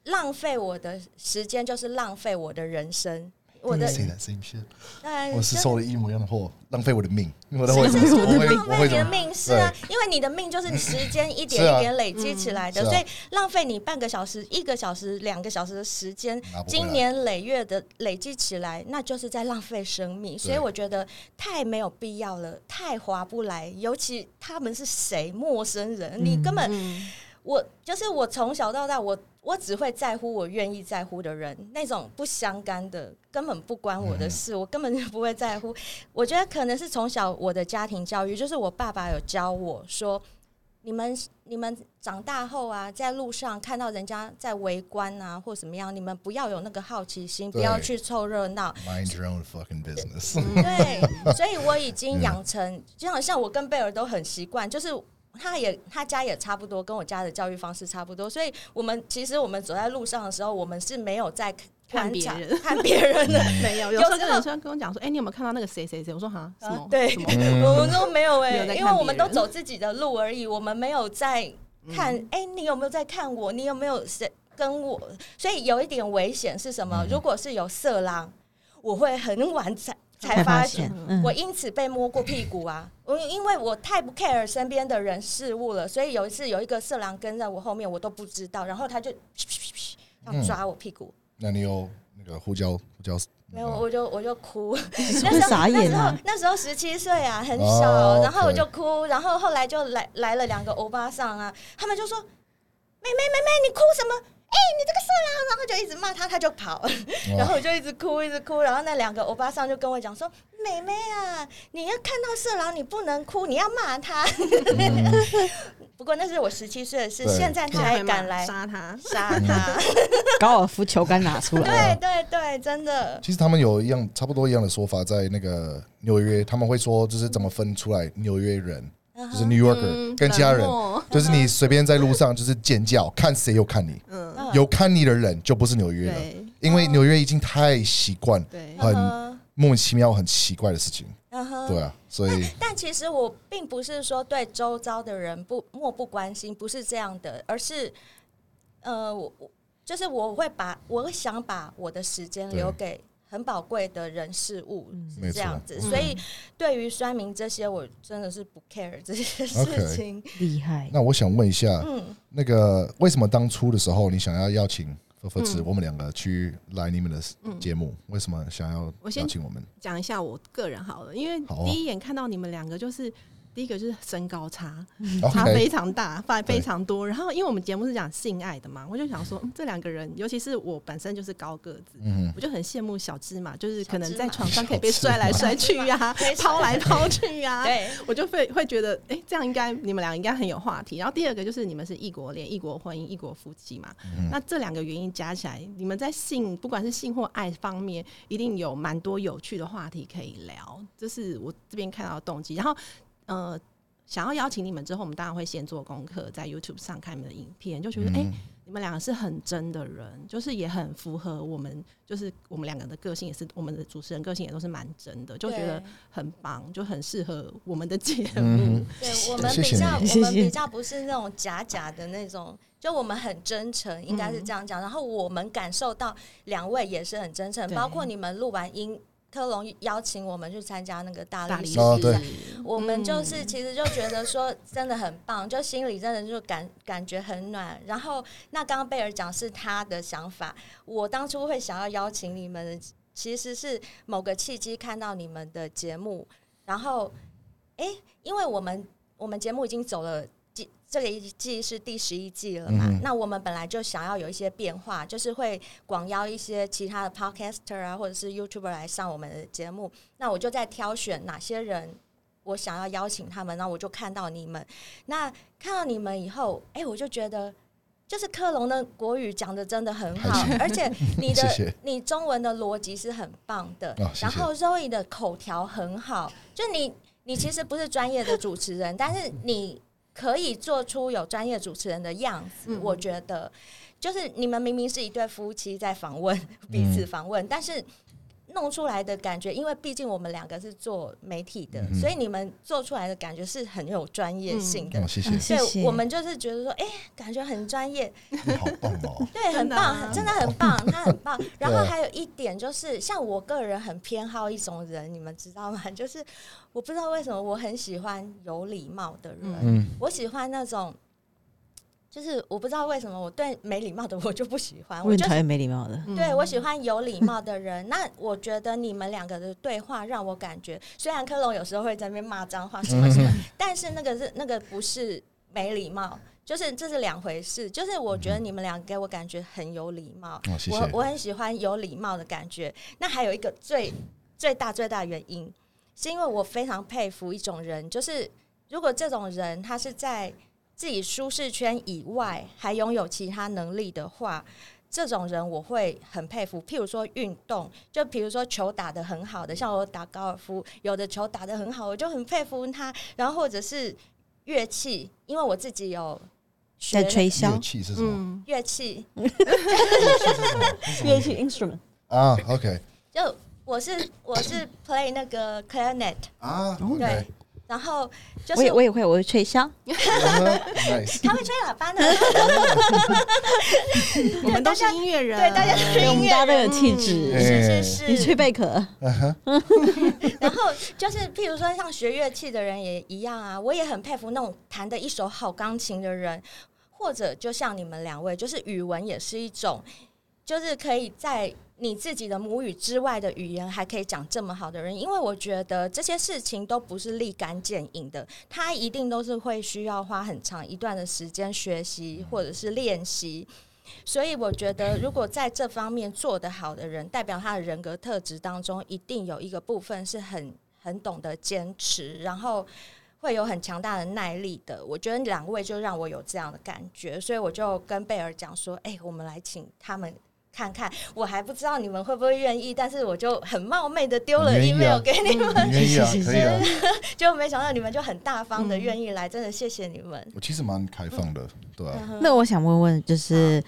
S3: 浪费我的时间就是浪费我的人生。我的
S2: 嗯 Say that same shit
S3: 呃
S2: 我是
S3: 就
S2: 受了一模一样的祸，浪费我的命，我的我
S3: 是
S2: 会
S3: 是
S2: 我会
S3: 浪
S2: 我
S3: 费
S2: 会
S3: 你
S2: 怎
S3: 的
S2: 么？
S3: 命是啊，因为你的命就是时间一点
S2: 是啊
S3: 一点累积起来的，
S2: 嗯是啊
S3: 所以浪费你半个小时、一个小时、两个小时的时间，
S2: 拿不回来
S3: 经年累月的累积起来，那就是在浪费生命。所以我觉得太没有必要了，太划不来。尤其他们是谁，陌生人，你根本
S4: 嗯，
S3: 我就是我从小到大，我我只会在乎我愿意在乎的人，那种不相干的根本不关我的事，我根本就不会在乎。我觉得可能是从小我的家庭教育，就是我爸爸有教我说，你们你们长大后啊，在路上看到人家在围观啊或怎么样，你们不要有那个好奇心，不
S2: 对
S3: 要去凑热闹，
S2: Mind your own fucking business。
S3: 对，所 以我已经
S2: Yeah.
S3: 养成，就好像我跟贝尔都很习惯，就是他也他家也差不多，跟我家的教育方式差不多，所以我们其实我们走在路上的时候，我们是没有在
S4: 看
S3: 观
S4: 别
S3: 察
S4: 人
S3: 看别人的。
S4: 没有，
S3: 有
S4: 有时候
S3: 时
S4: 跟
S3: 候
S4: 有些人跟我讲说，哎，你有没有看到那个谁谁谁？我说哈，什
S3: 啊
S4: 么？
S3: 对
S4: 嗯什，么
S3: 我们都没有
S4: 没
S3: 哎、
S4: 有在看
S3: 因为我们
S4: 别
S3: 都
S4: 人嗯
S3: 走自己的路而已，我们没有在看。哎、你有没有在看我？你有没有谁？跟我，所以有一点危险是什么？如果是有色狼，我会很晚才才
S1: 才
S3: 发
S1: 发
S3: 现
S1: 现。，嗯
S3: 我，因此被摸过屁股啊！我因为我太不 care 身边的人事物了，所以有一次有一个色狼跟在我后面，我都不知道，然后他就这样抓我屁股，
S2: 那你有那个胡椒胡椒？
S3: 没有，我就我就哭。
S1: 是
S3: 那
S1: 不是
S3: 时候
S1: 傻眼啊？
S3: 那时候十七岁啊，很小，
S2: 哦
S3: 然后我
S2: OK
S3: 就哭，然后后来就来来了两个欧巴桑啊，他们就说：“妹妹妹妹，你哭什么？哎、你这个色狼！”然后就一直骂他，他就跑，然后我就一直哭，一直哭。然后那两个欧巴桑就跟我讲说：“妹妹啊，你要看到色狼，你不能哭，你要骂他。
S2: 嗯
S3: 不过那是我十七岁的事，
S2: 对
S3: 现在他还敢来
S4: 杀他？
S3: 杀他。
S1: 高尔夫球杆拿出来，
S3: 对对对，真的。
S2: 其实他们有一样差不多一样的说法，在那个纽约，他们会说就是怎么分出来纽约人，就是
S3: 啊
S2: New
S3: 嗯
S2: Yorker 跟其他人
S4: 冷，漠
S2: 就是你随便在路上就是尖叫，看谁有看你，
S4: 嗯，
S3: 嗯
S2: 有看你的人就不是纽约了，
S4: 对
S2: 因为纽约已经太习惯
S4: 对，
S2: 很
S3: 嗯
S2: 莫名其妙很奇怪的事情，
S3: 哼
S2: 对啊，所以
S3: 但其实我并不是说对周遭的人不漠不关心，不是这样的，而是，呃，我我就是我会把我会想把我的时间留给很宝贵的人事物，
S2: 没
S3: 是
S2: 错
S3: 这样子。
S2: 嗯
S3: 所以对于酸民这些，我真的是不 care 这些事情。
S1: 厉害，
S2: 那我想问一下，
S3: 嗯，
S2: 那个为什么当初的时候你想要邀请菲菲
S3: 嗯
S2: 子我们两个去来你们的节目？为什么想要
S4: 我先
S2: 邀请我们？
S4: 讲一下我个人好了，因为
S2: 好啊
S4: 第一眼看到你们两个就是。第一个就是身高差，
S3: 嗯
S4: 差
S2: OK，
S4: 非常大，非
S2: 哦对
S4: 非常多。然后，因为我们节目是讲性爱的嘛，我就想说，嗯这两个人，尤其是我本身就是高个子，
S2: 嗯
S4: 我就很羡慕小芝麻，就是可能
S3: 小芝麻
S4: 在床上可以被摔来摔去啊
S3: 小芝麻，
S4: 抛来抛去啊。
S3: 对，
S4: 我就会会觉得，哎、这样应该你们俩应该很有话题。然后第二个就是你们是异国恋、异国婚姻、异国夫妻嘛，那这两个原因加起来，你们在性不管是性或爱方面，一定有蛮多有趣的话题可以聊。这是我这边看到的动机。然后，呃。想要邀请你们之后，我们当然会先做功课，在 YouTube 上看你们的影片，就觉得哎、诶
S2: 嗯
S4: 你们两个是很真的人，就是也很符合我们，就是我们两个的个性也是，我们的主持人个性也都是蛮真的，就觉得很棒，就很适合我们的节
S3: 嗯
S4: 目。
S2: 嗯
S3: 对对我们
S2: 谢谢
S3: 比较
S2: 你
S3: 我
S1: 谢
S3: 们
S1: 谢
S3: 比较不是那种假假的那种。就我们很真诚，应该是这样讲。然后我们感受到两位也是很真诚，
S4: 对
S3: 包括你们录完音，科隆邀请我们去参加那个大
S4: 大
S3: 力
S4: 力
S3: 士
S4: 士，
S2: 哦对
S3: 我们就是
S2: 嗯
S3: 其实就觉得说真的很棒，就心里真的就感感觉很暖。然后那刚刚贝尔讲是他的想法，我当初会想要邀请你们，其实是某个契机看到你们的节目，然后诶，因为我们我们节目已经走了。季这个一季是第十一季了嘛？
S2: 嗯哼
S3: 那我们本来就想要有一些变化，就是会广邀一些其他的 podcaster 啊，或者是 YouTuber 来上我们的节目。那我就在挑选哪些人我想要邀请他们，然后我就看到你们。那看到你们以后，哎、我就觉得。就是科隆的国语讲的真的很好
S2: 还行，
S3: 而且你的
S2: 谢谢
S3: 你中文的逻辑是很棒的，
S2: 啊谢谢
S3: 然后 Zoe 的口条很好，就你你其实不是专业的主持人，但是你可以做出有专业主持人的样子，
S4: 嗯
S3: 我觉得就是你们明明是一对夫妻在访问彼此
S2: 嗯
S3: 访问，但是弄出来的感觉，因为毕竟我们两个是做媒体的，
S2: 嗯哼
S3: 所以你们做出来的感觉是很有专业性的。
S2: 哦，谢谢，
S1: 嗯谢
S3: 对，
S1: 谢
S3: 我们就是觉得说，哎、感觉很专业，
S2: 你好棒 哦！
S3: 对，很
S4: 真的啊
S3: 棒，真的很 棒，他很棒。然后还有一点就是，像我个人很偏好一种人，你们知道吗？ 就是我不知道为什么我很喜欢有礼貌的人，
S4: 嗯
S2: 嗯，
S3: 我喜欢那种，就是我不知道为什么我对没礼貌的我就不喜欢，
S1: 我
S3: 我
S1: 很
S3: 就
S1: 讨厌没礼貌的。
S4: 嗯
S3: 对，我喜欢有礼貌的人。那我觉得你们两个的对话让我感觉，虽然科隆有时候会在那边骂脏话什么什么，但是那个是那个不是没礼貌，就是这是两回事。就是我觉得你们俩给我感觉很有礼貌，
S2: 哦，谢
S3: 我
S2: 谢。
S3: 我很喜欢有礼貌的感觉。那还有一个最最大最大的原因，是因为我非常佩服一种人，就是如果这种人他是在自己舒适圈以外还拥有其他能力的话。这种人我会很佩服，譬如说运动，就比如说球打得很好的，像我打高尔夫，有的球打得很好，我就很佩服他。然后或者是乐器，因为我自己有学
S1: 在吹
S2: 乐
S1: 箫，
S2: 器是什么？
S4: 嗯，
S3: 乐器，
S1: 乐器 instrument
S2: 啊，OK，
S3: 就我是我是 play 那个 clarinet，
S2: 啊
S3: 对
S2: ，OK，
S3: 然后就
S1: 我
S3: 是
S1: 也我也会，我会吹 箫。
S2: nice，
S3: 他会吹喇 叭呢，
S4: 我们都是音乐
S3: 嗯
S4: 人，
S3: 对，大家都是
S1: 对我
S3: 音
S1: 们
S3: 乐嗯
S1: 大家都
S3: 人
S1: 有气质。
S2: 哎
S3: 是是
S1: 你
S3: 是
S1: 吹，贝壳，
S3: 然后就是，譬如说像学乐器的人也一样啊，我也很佩服那种弹的一手好钢琴的人，或者就像你们两位，就是语文也是一种，就是可以在你自己的母语之外的语言还可以讲这么好的人，因为我觉得这些事情都不是立竿见影的，他一定都是会需要花很长一段的时间学习
S2: 嗯
S3: 或者是练习。所以我觉得，如果在这方面做得好的人，代表他的人格特质当中，一定有一个部分是很很懂得坚持，然后会有很强大的耐力的。我觉得两位就让我有这样的感觉，所以我就跟贝尔讲说：“哎、我们来请他们。”看看，我还不知道你们会不会愿意，但是我就很冒昧的丢了
S2: 很愿意啊
S3: email 给你们，
S2: 你愿意啊，
S3: 嗯
S1: 是是是
S2: 可以啊，
S3: 就没想到你们就很大方的愿意来，真的谢谢你们。嗯
S2: 我其实蛮开放的，对啊，
S1: 嗯
S4: 嗯
S1: 那我想问问，就是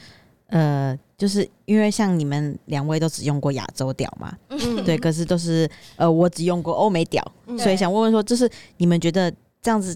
S1: 呃，就是因为像你们两位都只用过亚洲调嘛，
S4: 嗯
S1: 对，可是都是呃，我只用过欧美调，
S4: 嗯
S1: 所以想问问说，就是你们觉得这样子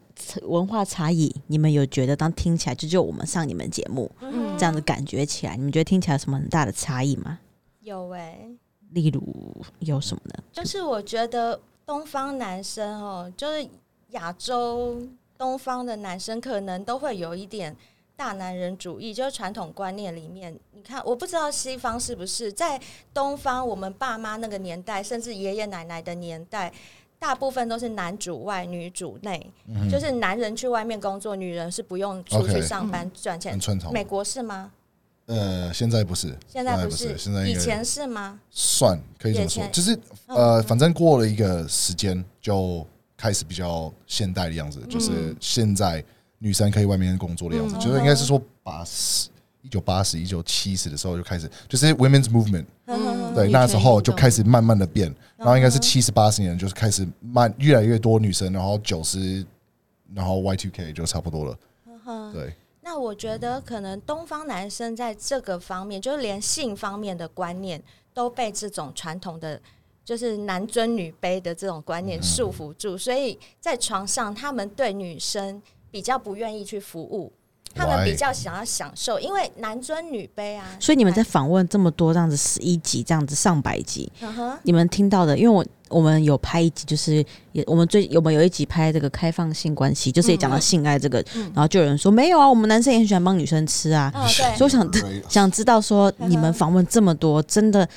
S1: 呃文化差异，你们有觉得当听起来就就我们上你们节目
S4: 嗯
S1: 这样子感觉起来，你们觉得听起来有什么很大的差异吗？
S3: 有哎、
S4: 嗯
S1: 例如有什么呢？
S3: 就是我觉得东方男生哦，就是亚洲东方的男生，可能都会有一点大男人主义，就是传统观念里面。你看，我不知道西方是不是在东方，我们爸妈那个年代，甚至爷爷奶奶的年代。大部分都是男主外女主内，
S2: 嗯
S3: 就是男人去外面工作，女人是不用出去
S2: OK
S3: 上班赚钱
S2: 很。传统
S3: 嗯美。国是吗？
S2: 呃，现在不是，
S3: 现在不
S2: 是，
S3: 是，
S2: 现在
S3: 以
S2: 应该
S3: 前是吗？
S2: 算可以这么
S3: 以
S2: 说，
S3: 前
S2: 就是
S3: 嗯
S2: 呃，反正过了一个时间就开始比较现代的样
S3: 嗯
S2: 子，就是现在女生可以外面工作的样子，就是应该是说八十。一九八十、一九七十的时候就开始，就是 women's movement，
S4: 嗯
S2: 对，
S4: 女
S2: 那
S4: 权
S2: 时候
S4: 运
S2: 就
S4: 动
S2: 开始慢慢的
S3: 嗯
S2: 变，然后应该是七十八十年就是开始慢越来越多女生，然后九十，然后 Y two K 就差不多了，
S3: 嗯
S2: 对，
S3: 那我觉得
S4: 嗯
S3: 可能东方男生在这个方面，就是连性方面的观念都被这种传统的。就是男尊女卑的这种观
S4: 嗯
S3: 念束缚住，所以在床上他们对女生比较不愿意去服务，他们
S2: Why？
S3: 比较想要享受，因为男尊女卑啊。
S1: 所以你们在访问这么多这样子十一集，这样子上百集，
S3: 嗯哼
S1: 你们听到的，因为我我们有拍一集，就是也我们最我们有一集拍这个开放性关系，就是也讲到性爱这个，然后就有人说没有啊，我们男生也很喜欢帮女生吃啊，
S3: 哦对
S2: 嗯
S1: 所以我 想
S2: Right
S1: 想知道说
S3: 嗯哼
S1: 你们访问这么多，真的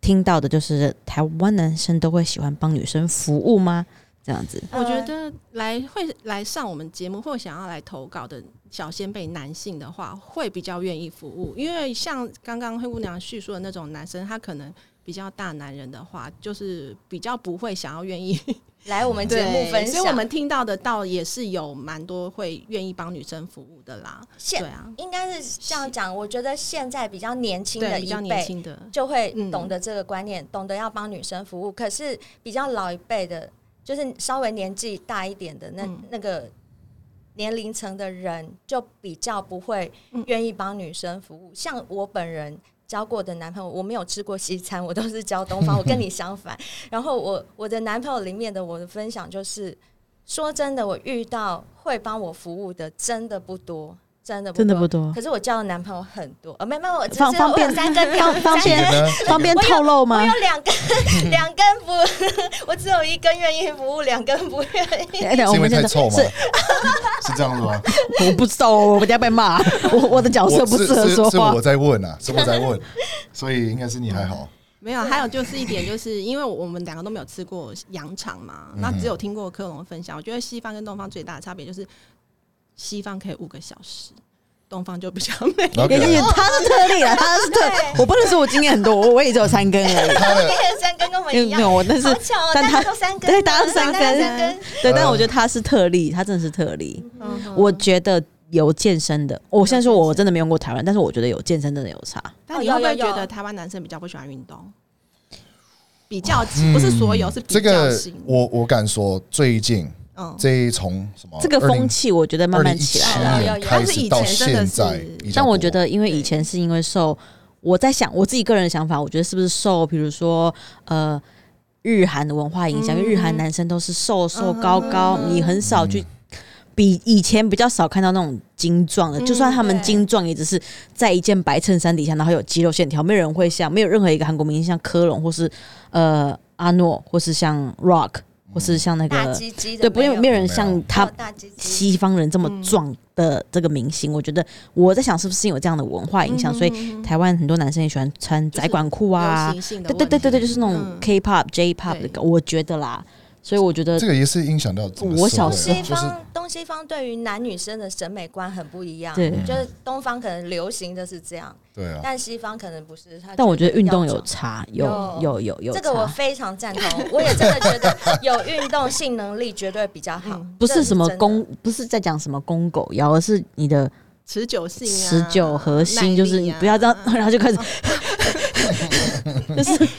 S1: 听到的就是台湾男生都会喜欢帮女生服务吗？这样子，
S4: 我
S3: 呃
S4: 觉
S3: 嗯
S4: 得来会来上我们节目或想要来投稿的小先辈男性的话，会比较愿意服务，因为像刚刚灰姑娘叙述的那种男生，他可能比较大男人的话，就是比较不会想要 愿意
S3: 来我们节目分享，
S4: 所以我们听到的倒也是有蛮多会愿意帮女生服务的啦。对
S3: 现
S4: 啊，
S3: 应该是这样讲。我觉得现在比较年轻的
S4: 对，
S3: 一
S4: 比较年
S3: 辈，
S4: 轻的，
S3: 就会
S4: 嗯
S3: 懂得这个观念，懂得要帮女生服务。可是比较老一辈的，就是稍微年纪大一点的那、
S4: 嗯
S3: 那个年龄层的人，就比较不会
S4: 嗯
S3: 愿意帮女生服务。像我本人交过的男朋友，我没有吃过西餐，我都是交东方，我跟你相反。然后我我的男朋友里面的我的分享就是，说真的，我遇到会帮我服务的真的不多。真的不
S1: 真的
S3: 多，
S1: 不多
S3: 可是我交的男朋友很多，呃，没有没有，我
S1: 哦方
S3: 其实我
S1: 方便
S3: 有三个标，
S1: 方
S2: 你
S1: 便啊
S2: 呢？
S1: 方便透露吗
S3: 我？有两根，两根不，我只有一根愿意服务，两根不愿意。
S1: 哎等
S2: 是
S1: 我
S2: 因为
S1: 们现在
S2: 太臭吗？
S1: 是
S2: 是这样子吗？
S1: 我不知道哦，我等下被骂。我我的角色
S2: 我
S1: 哦不
S2: 是
S1: 适合说
S2: 是
S1: 话
S2: 我。在问啊，是我在问， 所以应该是你还 好。
S4: 没有，还有就是一点，就是因为我们两个都没有吃过羊肠嘛，那只有
S1: 嗯
S4: 听过科隆的分享。我觉得西方跟东方最大的差别就是，西方可以五个小时，东方就比较美。
S2: 然后
S1: 也也也，他是特例啊，他是特，我不能说我经验很多，我我也只有三根而已。
S2: 他的
S3: 也有三根跟我
S1: 因为
S3: 一
S1: 没
S3: 样，
S1: 有我，但是
S3: 好巧哦，
S1: 但
S3: 大
S1: 他
S3: 家都三根，
S1: 对大家都三根
S3: 大家三根。
S1: 对，但我觉得他是特例，他真的是特例。
S4: 嗯哼
S1: 我觉得有健身的，我现在说我真的没用过台湾，但是我觉得有健身真的有差。
S4: 但你会不
S3: 哦有
S4: 会
S3: 有有
S4: 觉得台湾男生比较不喜欢运动？比较型，不是
S1: 嗯
S4: 所有，是比
S2: 这
S4: 较
S2: 个
S4: 型。
S2: 我我敢说，最近
S4: 嗯，
S2: 这一从什么
S1: 这个风
S2: 气
S1: 气我觉得慢慢起来了。
S3: 2017
S2: 年开
S4: 有有有
S2: 始到现在
S4: 但是以前真的，是
S2: 比较
S1: 但
S2: 多
S1: 我觉得，因为以
S4: 对
S1: 前是因为受我在想我自己个人的想法，我觉得是不是受，比如说呃日韩的文化影响，因为日韩
S4: 嗯
S1: 男生都是瘦瘦高高，你很少去。
S2: 嗯
S1: 比以前比较少看到那种精壮的，就算他
S4: 嗯
S1: 们
S3: 对
S1: 精壮，也只是在一件白衬衫底下，然后有肌肉线条，没有人会像，没有任何一个韩国明星像科隆或是呃阿诺，或是像 Rock，或是像那
S3: 大
S1: 个
S3: 鸡鸡
S1: 嗯
S3: 的，
S1: 对，不用没有人
S2: 没
S1: 像
S2: 有
S1: 他
S3: 大鸡鸡，
S2: 啊
S1: 西方人这么
S4: 嗯
S1: 壮的这个明星，我觉得我在想是不是有这样的文化影响，
S3: 嗯
S1: 所以
S4: 以
S1: 台湾很多男生也喜欢穿窄管裤啊
S4: 嗯流，行性的
S1: 对对对对对，就是那种
S4: 嗯
S1: K-pop、J-pop 的
S4: 对
S1: 歌，我觉得啦，所以我觉得
S2: 这个也是影响到整个
S1: 我
S2: 社
S1: 小
S2: 会
S1: 时
S2: 啊
S3: 西
S2: 就是
S3: 方东西方对于男女生的审美观很不一样，
S1: 对
S3: 就是东方可能流行的是这样，
S2: 对啊，
S3: 但西方可能不是。他
S1: 但我觉得运动
S3: 要
S1: 有
S3: 走
S1: 差，有有有有
S3: 这个
S1: 差，
S3: 我非常赞同，我也真的觉得有运动性能力绝对比较好，
S4: 嗯
S1: 不
S3: 这
S1: 是什么
S3: 真的
S1: 公，不是在讲什么公狗腰，而是你的
S4: 持久性、啊、
S1: 持久核心，
S4: 耐
S1: 就是
S4: 力
S1: 你
S4: 啊
S1: 不要这样，
S3: 嗯
S1: 然后就开始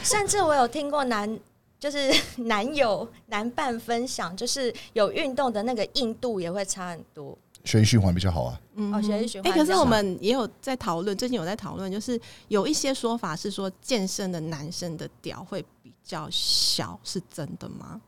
S3: 甚至我有听过男，就是 男友男伴分享，就是有运动的那个硬度也会差很多。
S2: 血液循环比较好啊。
S4: 嗯
S3: 哦血液循环
S4: 哎、可
S3: 比
S4: 是
S3: 较
S4: 我
S3: 好
S4: 们也有在讨论，最近有在讨论，就是有一些说法是说健身的男生的屌会比较小，是真的吗？
S3: 嗯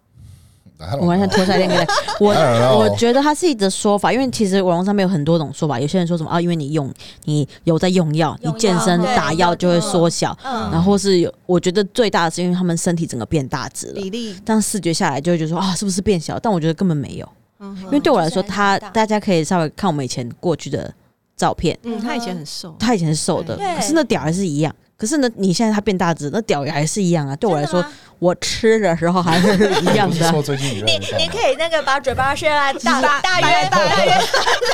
S2: I don't
S1: 我完全
S2: know
S1: 脱下链给他。我
S2: I don't know
S1: 我觉得它是一个说法，因为其实网络上面有很多种说法。有些人说什么啊，因为你用你有在用药，你
S3: 用药
S1: 健身
S3: 对
S1: 打药就会缩小，
S3: 嗯，
S1: 然后是有，我觉得最大的是因为他们身体整个变大只了。
S4: 比例，
S1: 这样视觉下来就会觉得说啊，是不是变小？但我觉得根本没有，
S4: 嗯哼，
S1: 因为对我来说，
S3: 就是很
S1: 他
S3: 大
S1: 大家可以稍微看我们以前过去的照片，
S4: 嗯，他以前很瘦，
S1: 他以前是瘦的，
S3: 对
S1: 可是那屌还是一样。可是呢，你现在他变大只，那屌也还是一样啊。对我来说
S3: 真，的吗
S1: 我吃的时候还是一样
S2: 不是
S1: 的啊
S2: 说。最 近你
S3: 你你可以那个把嘴巴伸来大大 约大约，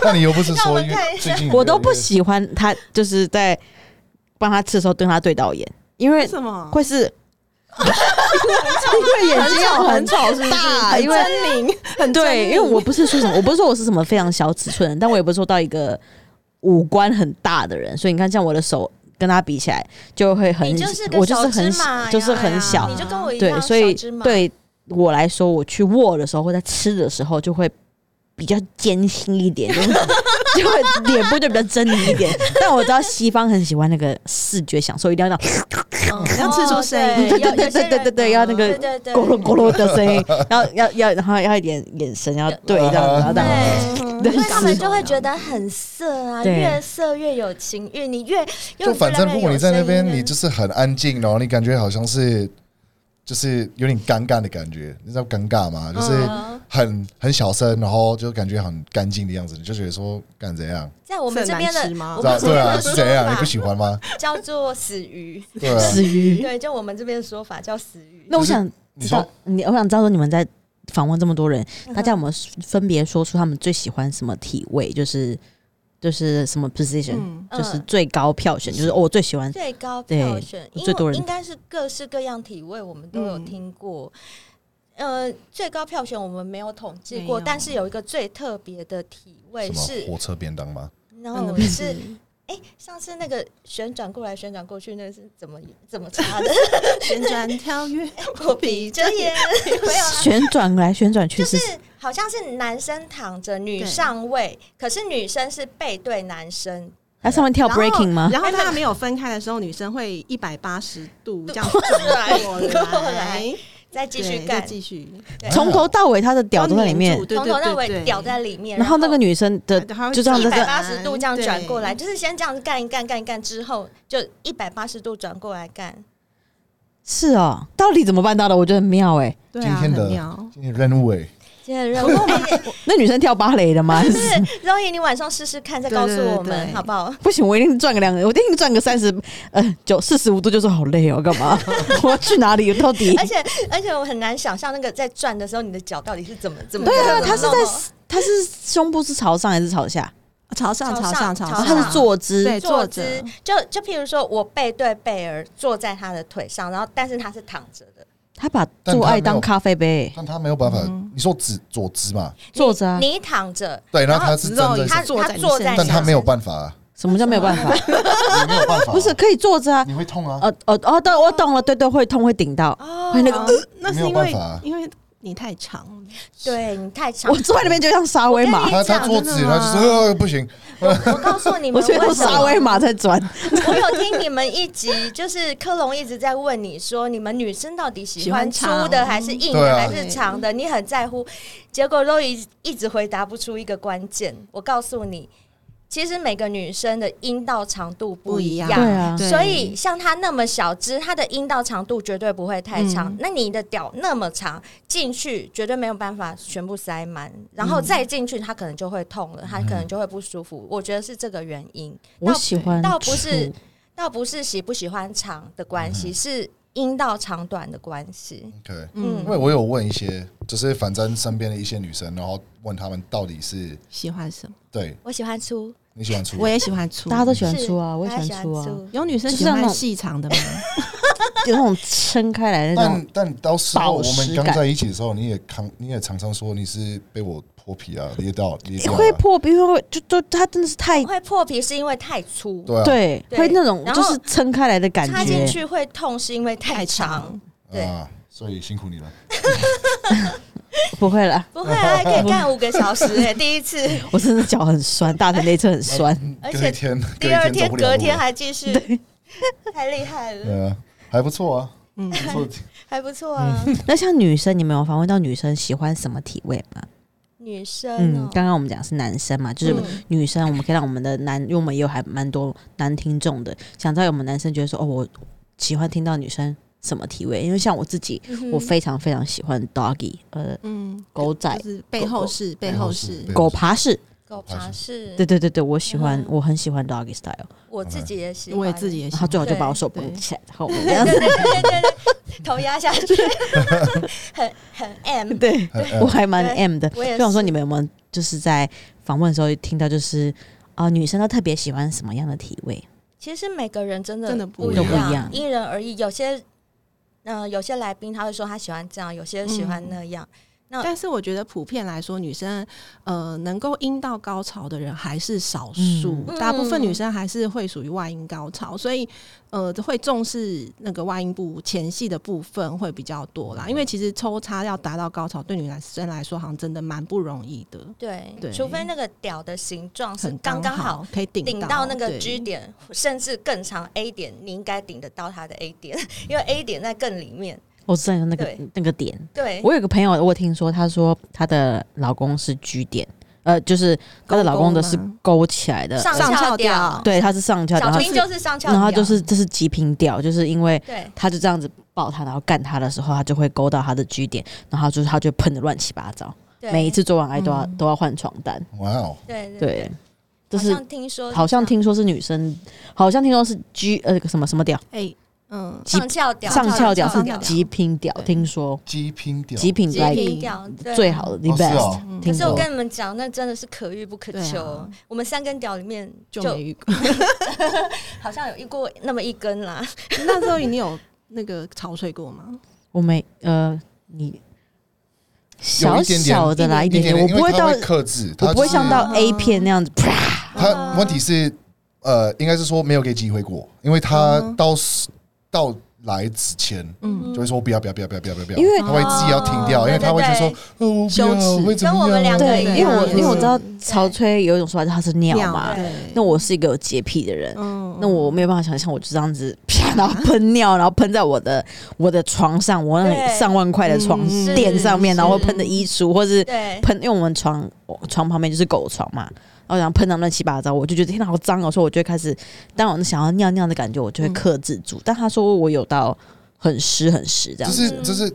S2: 那你又不是
S3: 让我
S2: 说
S3: 们
S2: 因为
S3: 看一下
S2: 最近
S1: 我都不喜欢他，就是在帮他吃的时候跟他对到眼，因为
S4: 为什么？
S1: 会是，因为眼睛要很
S4: 丑，是不
S1: 大
S4: 很
S1: 因为
S4: 狰狞，很
S1: 对，因为我不是说什么，我不是说我是什么非常小尺寸的人，但我也不是说到一个五官很大的人，所以你看，像我的手跟他比起来，就会很
S3: 你就是，个
S1: 我就是
S3: 小芝
S1: 很
S3: 麻呀，
S1: 就是很小
S3: 你，就跟我一
S1: 对，
S3: 样，
S1: 所以
S3: 小芝麻，
S1: 对我来说，我去握的时候或在吃的时候就会。比较艰辛一点，就是 就会脸部就比较狰狞一点。但我知道西方很喜欢那个视觉享受，一定要那种
S4: 嗯要吃
S3: 哦
S4: 出声音，
S1: 对对对对对对对要那个
S3: 对对对，
S1: 咕噜咕噜的声 音，然后要要然后要一点眼神要对这样子，然后这样
S3: 对
S1: 对
S3: 因为他们就会觉
S4: 得
S3: 得很色啊，
S1: 对
S3: 越色越有情欲，你越
S2: 就反正不管你在那边，你
S3: 就
S2: 就是很安静，然后你感觉好像是就是有点尴尬的感觉，你知道尴尬
S3: 嗯
S2: 吗？就是很很小声，然后就感觉很干净的样子，你就觉得说干怎样？
S3: 在我们这边的
S4: 是很难吃吗
S3: 我
S2: 知道
S3: 们这边
S2: 对啊
S3: 的
S2: 是怎样？你不
S3: 说
S2: 喜欢吗？
S3: 法叫做 死鱼，
S2: 对啊，
S1: 死鱼。
S3: 对，就我们这边的说法叫死鱼。
S1: 那我想
S2: 你
S1: 知
S2: 说
S1: 道，你我想知道说你们在访问这么多人，
S3: 嗯
S1: 大家有没有分别说出他们最喜欢什么体位？就是就是什么 position，、
S4: 嗯，
S3: 嗯啊
S1: 就是最高票选，就是、哦我最喜欢。
S3: 最高票选，
S1: 对
S3: 因
S1: 最多
S3: 为
S1: 人
S3: 应该是各式各样体位，我们都
S4: 嗯
S3: 有听过。呃，最高票选我们没有统计
S4: 没
S3: 过，
S4: 有
S3: 但是有一个最特别的体位
S2: 什么
S3: 是
S2: 火车便当吗？
S3: 然
S4: 真的
S3: 后
S4: 嗯不
S3: 哦是
S4: 是
S3: 哎、上次那个旋转过来旋转过去，那是怎么怎么查的？
S4: 旋转跳 跃，
S3: 我闭着眼，没有啊
S1: 旋转来旋转去
S3: 就是是好像是男生躺着，女
S4: 对
S3: 上位，可是女生是背对男生，
S1: 它上面跳
S4: 然后
S1: breaking 吗？
S4: 然后他没有分开的时候，女生会一百八十 度这样
S3: 来
S4: 转
S3: 过
S4: 过
S3: 来
S4: 来，
S3: 再继
S4: 对
S3: 续
S4: 再
S3: 干，
S4: 继续，
S3: 对
S1: 从头到尾他的屌都在里面
S4: 粘住，对
S3: 从头到尾屌。
S4: 对对对
S3: 在里面，
S1: 然后那个女生的
S4: 她会
S1: 就这样
S3: 一
S1: 子
S3: 百
S1: 在
S3: 八十度这样转过来，
S4: 对
S3: 就是先这样干一干干一干之后，就一百八十度转过来干。
S1: 是哦，到底怎么办到的？我觉得很妙哎、
S4: 对
S2: 今
S4: 啊，
S2: 天
S4: 很
S2: 的
S4: 妙。
S2: 今天任务哎，
S3: 今天的任务，哎
S1: 那女生跳芭蕾的吗？
S3: 柔颖，你晚上试试看，再告诉我
S4: 对对对
S3: 们
S4: 对
S3: 好不 好？
S1: 不行，我一定转个两个，我一定转个三十，呃，九四十五度就说好累哦，干嘛？我要去哪里？到底？
S3: 而且而且我很难想象那个在转的时候，你的脚到底是怎么怎么
S1: 对啊，
S3: 怎么
S1: 他是
S3: 弄哦
S1: 在他是胸部是朝上还是朝下？
S4: 朝上，
S3: 朝
S4: 朝
S3: 上
S4: 上，
S3: 朝
S1: 哦
S4: 朝
S3: 上
S1: 他
S4: 上
S1: 是坐姿，
S4: 对
S3: 坐
S4: 坐
S3: 姿
S4: 着，
S3: 就就譬如说我背对贝儿坐在他的腿上，然后但是他是躺着的，
S1: 他把
S2: 但他
S1: 做
S2: 没
S1: 爱
S2: 有
S1: 当咖啡杯，
S2: 但他没有办法
S4: 嗯。
S2: 你说直左直嘛？
S1: 坐着啊。
S3: 你你躺着，
S2: 对，然
S3: 然
S2: 后
S3: 后
S2: 他是
S4: 肉
S2: 站
S4: 也
S2: 在
S4: 是
S2: 上
S3: 他，
S4: 坐在
S3: 他
S4: 你
S3: 坐
S4: 身
S3: 在
S4: 上
S2: 但他没有
S3: 办
S2: 办法啊，
S1: 什么叫没有办法？
S2: 你没有办法啊，
S1: 不是可以坐着啊？呃
S2: 你会痛啊
S1: 哦。哦哦，对，我懂了，对对，会痛会顶到，
S3: 哦
S1: 会那个
S4: 哦那
S2: 呃没
S4: 是
S2: 有
S4: 因
S2: 办
S4: 为
S2: 法啊
S4: 因为你太长了，
S3: 对你太长
S1: 我，坐在那边就像沙威玛，
S2: 他他桌子，
S4: 真
S2: 他
S4: 的吗
S2: 就说、呃、不行，
S3: 我我告诉你
S1: 我
S3: 们
S1: 觉
S3: 为
S1: 得用
S3: 什
S1: 沙
S3: 么
S1: 威。玛在转。
S3: 我有听你们一集，就是科隆一直在问你说，你们女生到底喜欢粗
S4: 喜欢
S3: 的
S4: 长
S3: 还是硬
S2: 对
S3: 的
S2: 啊
S3: 还是长的？你很在乎，结果都一一直回答不出一个关键。我告诉你，其实每个女生的阴道长度不
S4: 不一
S3: 一
S4: 样
S3: 样，
S1: 对啊
S4: 对
S3: 所以像她那么小只，她的阴道长度绝对不会太长。
S4: 嗯
S3: 那你的屌那么长，进去绝对没有办法全部塞满，然后
S4: 嗯
S3: 再进去，她可能就会痛了，她可能就会不舒服。我觉得是这个原因。
S1: 嗯我喜欢
S3: 倒不是
S1: 粗，
S3: 倒不是喜不喜欢长的关
S1: 嗯
S3: 系，是阴道长短的关系。
S2: OK。
S3: 嗯
S4: 嗯
S2: 因为，我有问一些，就是反正身边的一些女生，然后问她们到底是
S4: 喜欢什么？
S2: 对
S3: 我喜欢粗，
S2: 你喜欢粗，
S4: 我也喜欢粗，
S1: 大家都喜欢
S3: 是
S1: 粗啊，我也
S3: 大家
S1: 喜
S3: 喜
S1: 欢粗啊，
S4: 有女生
S1: 就是
S4: 喜
S1: 那
S4: 欢
S1: 种
S4: 细长的吗？
S1: 有那种撑开来的那种
S2: 但但到时候
S1: 饱
S2: 我
S1: 食
S2: 们刚
S1: 感
S2: 在一起的时候，你也常你也常常说你是被我破皮啊，裂到裂掉、啊，
S1: 会破皮，会就就它真的是太
S2: 嗯
S3: 会破皮是因为太粗，
S2: 对啊，
S1: 对，
S3: 对
S1: 会那种
S3: 然
S1: 就
S3: 后
S1: 是撑开来的感
S3: 插进
S1: 觉。
S3: 去会痛是因为太
S4: 太
S3: 长
S4: 长。
S3: 对
S2: 啊，所以辛苦你了。
S1: 不会啦，
S3: 不会啊，还可以干五个小时哎、第一次，
S1: 我真的脚很酸，大腿内侧很酸。
S3: 而
S2: 嗯隔一
S3: 且
S2: 天，隔
S3: 第
S2: 一
S3: 二
S2: 天
S3: 天、
S2: 走不了
S3: 隔
S2: 路
S3: 天
S2: 了
S3: 还继续， 太厉害了，
S2: 对啊，还不错啊，
S4: 嗯，
S2: 不错。
S3: 还不错啊。
S1: 那像女生，你们有访问到女生喜欢什么体位吗？
S3: 女生
S1: 嗯
S3: 哦、，
S1: 刚刚我们讲是男生嘛，就是
S3: 嗯
S1: 女生，我们可以让我们的男，因为我们也有还蛮多男听众的，想知道有没有男生觉得说，哦，我喜欢听到女生什么体位？因为像我自己，
S3: 嗯哼
S1: 我非常非常喜欢 doggy，呃，
S4: 嗯，
S1: 狗仔
S4: 就是背后式，背后式，
S2: 背
S1: 狗爬式。
S3: 狗爬式，
S1: 对对对对，我喜欢
S3: 嗯，
S1: 我很喜欢 doggy style。
S3: 我自己也喜欢，
S4: 我也自己也喜
S1: 然后
S4: 欢
S1: 最。好就
S3: 对
S1: 把我手绑
S4: 对
S1: 起来，然后我们这
S3: 对
S1: 样
S3: 对
S1: 子。
S3: 对对对对，头压下去，很很 M，
S1: 对，
S2: 很
S1: 我
S2: 呃
S1: 还蛮
S3: 对
S1: M 的。
S3: 我也
S1: 就想说，
S3: 是
S1: 你们有没有就是在访问的时候听到，就是啊、女生都特别喜欢什么样的体位？
S3: 其实每个人真的
S4: 真的不
S3: 一
S2: 一
S1: 样
S3: 样，因人而异。有些，嗯、有些来宾他会说他喜欢这样，有些喜欢那样。嗯
S4: 但是我觉得普遍来说，女生呃能够阴道高潮的人还是少数，
S3: 嗯
S4: 大部分女生还是会属于外阴高潮，所以呃会重视那个外阴部前戏的部分会比较多
S3: 嗯
S4: 啦。因为其实抽插要达到高潮，对女生来说好像真的蛮不容易的，
S3: 对，
S4: 对
S3: 除非那个屌的形状是
S4: 很
S3: 刚刚
S4: 好
S3: 好。
S4: 可以顶
S3: 顶到那个
S4: 对
S3: G 点，甚至更长 A 点，你应该顶得到他的 A 点，因为 A 点在更里面。
S1: 我知道哦你说那个
S3: 对
S1: 那个点。
S3: 对，
S1: 我有个朋友，我听说她说她的老公是 G 点，呃，就是她的老公的是
S4: 勾勾吗
S1: 勾起来的，呃
S3: 上
S4: 上
S3: 翘
S4: 翘
S3: 屌
S4: 屌，
S1: 对，他是上翘，然
S3: 小
S1: 后
S3: 军就是上翘屌，
S1: 然后就是这是极品屌，就是因为。
S3: 对
S1: 他就这样子抱他，然后干他的时候，他就会勾到他的 G 点，然后就是他就喷的乱七八糟。
S3: 对，
S1: 每一次做完爱都要、
S4: 嗯
S1: 都要换床单，
S2: 哇哦，
S3: 对
S1: 对，就
S3: 好
S1: 是
S3: 像听说是
S1: 好像
S3: 这样
S1: 听说是女生，好像听说是 G 呃什么什么屌，
S4: 哎、嗯，
S1: 极
S3: 上翘屌，
S1: 上翘屌
S4: 上
S1: 是
S4: 翘屌
S1: 极品屌，
S4: 对
S1: 听说
S2: 鸡拼掉，
S1: 极品
S3: 极
S1: 来
S3: 品屌，对
S1: 最好的 the
S2: 哦是
S1: best，
S2: 哦
S4: 嗯
S1: 听
S3: 可是我
S1: 说
S3: 跟你们讲，那真的是可遇不可
S4: 对啊
S3: 求。我们三根屌里面就
S4: 就没遇 过。
S3: 好像有遇过那么一根啦。
S4: 那时候你有那个潮吹过吗？
S1: 我没呃你小
S2: 有一点点
S1: 小的啦
S2: 一
S1: 一
S2: 点
S1: 点点，
S2: 点，
S1: 我
S2: 因
S1: 不
S2: 为
S1: 会
S2: 他
S1: 到
S2: 会克制，他
S1: 我不会
S2: 就是
S1: 像到
S3: 嗯
S1: A 片那样子，啪
S2: 他问题是呃，应该是说没有给机会过，因为他
S4: 嗯
S2: 到时到来之前。
S4: 嗯，
S2: 就会说不要不要不要不要不要不要不要，
S1: 因为
S2: 他会自己要停掉，
S3: 哦
S2: 因为他会
S3: 对
S2: 觉得说，
S3: 对
S2: 哦，我不
S4: 羞
S2: 要，
S4: 耻
S2: 会怎么样？
S3: 跟我们两个
S1: 对，
S3: 对
S1: 因为我
S4: 对
S1: 因为我
S4: 对
S1: 知道潮吹有一种说法，它是尿嘛，
S4: 对，
S1: 那我是一个有洁癖的人，
S4: 嗯
S1: 那我没有办法想象，我就这样子啪，然后喷尿，然后喷在我的我的床上，我那
S3: 对
S1: 上万块的床
S4: 嗯
S1: 垫上面，
S4: 是
S1: 然后喷的衣橱，或是
S3: 对，
S1: 喷，因为我们床床旁边就是狗床嘛，然后然后喷到乱七八糟，我就觉得天哪好脏哦，所以我就会开始，当我想要尿尿的感觉，我就会克制住。但他说我有到很湿很湿这
S2: 就
S1: 样子，
S3: 嗯
S2: 是就是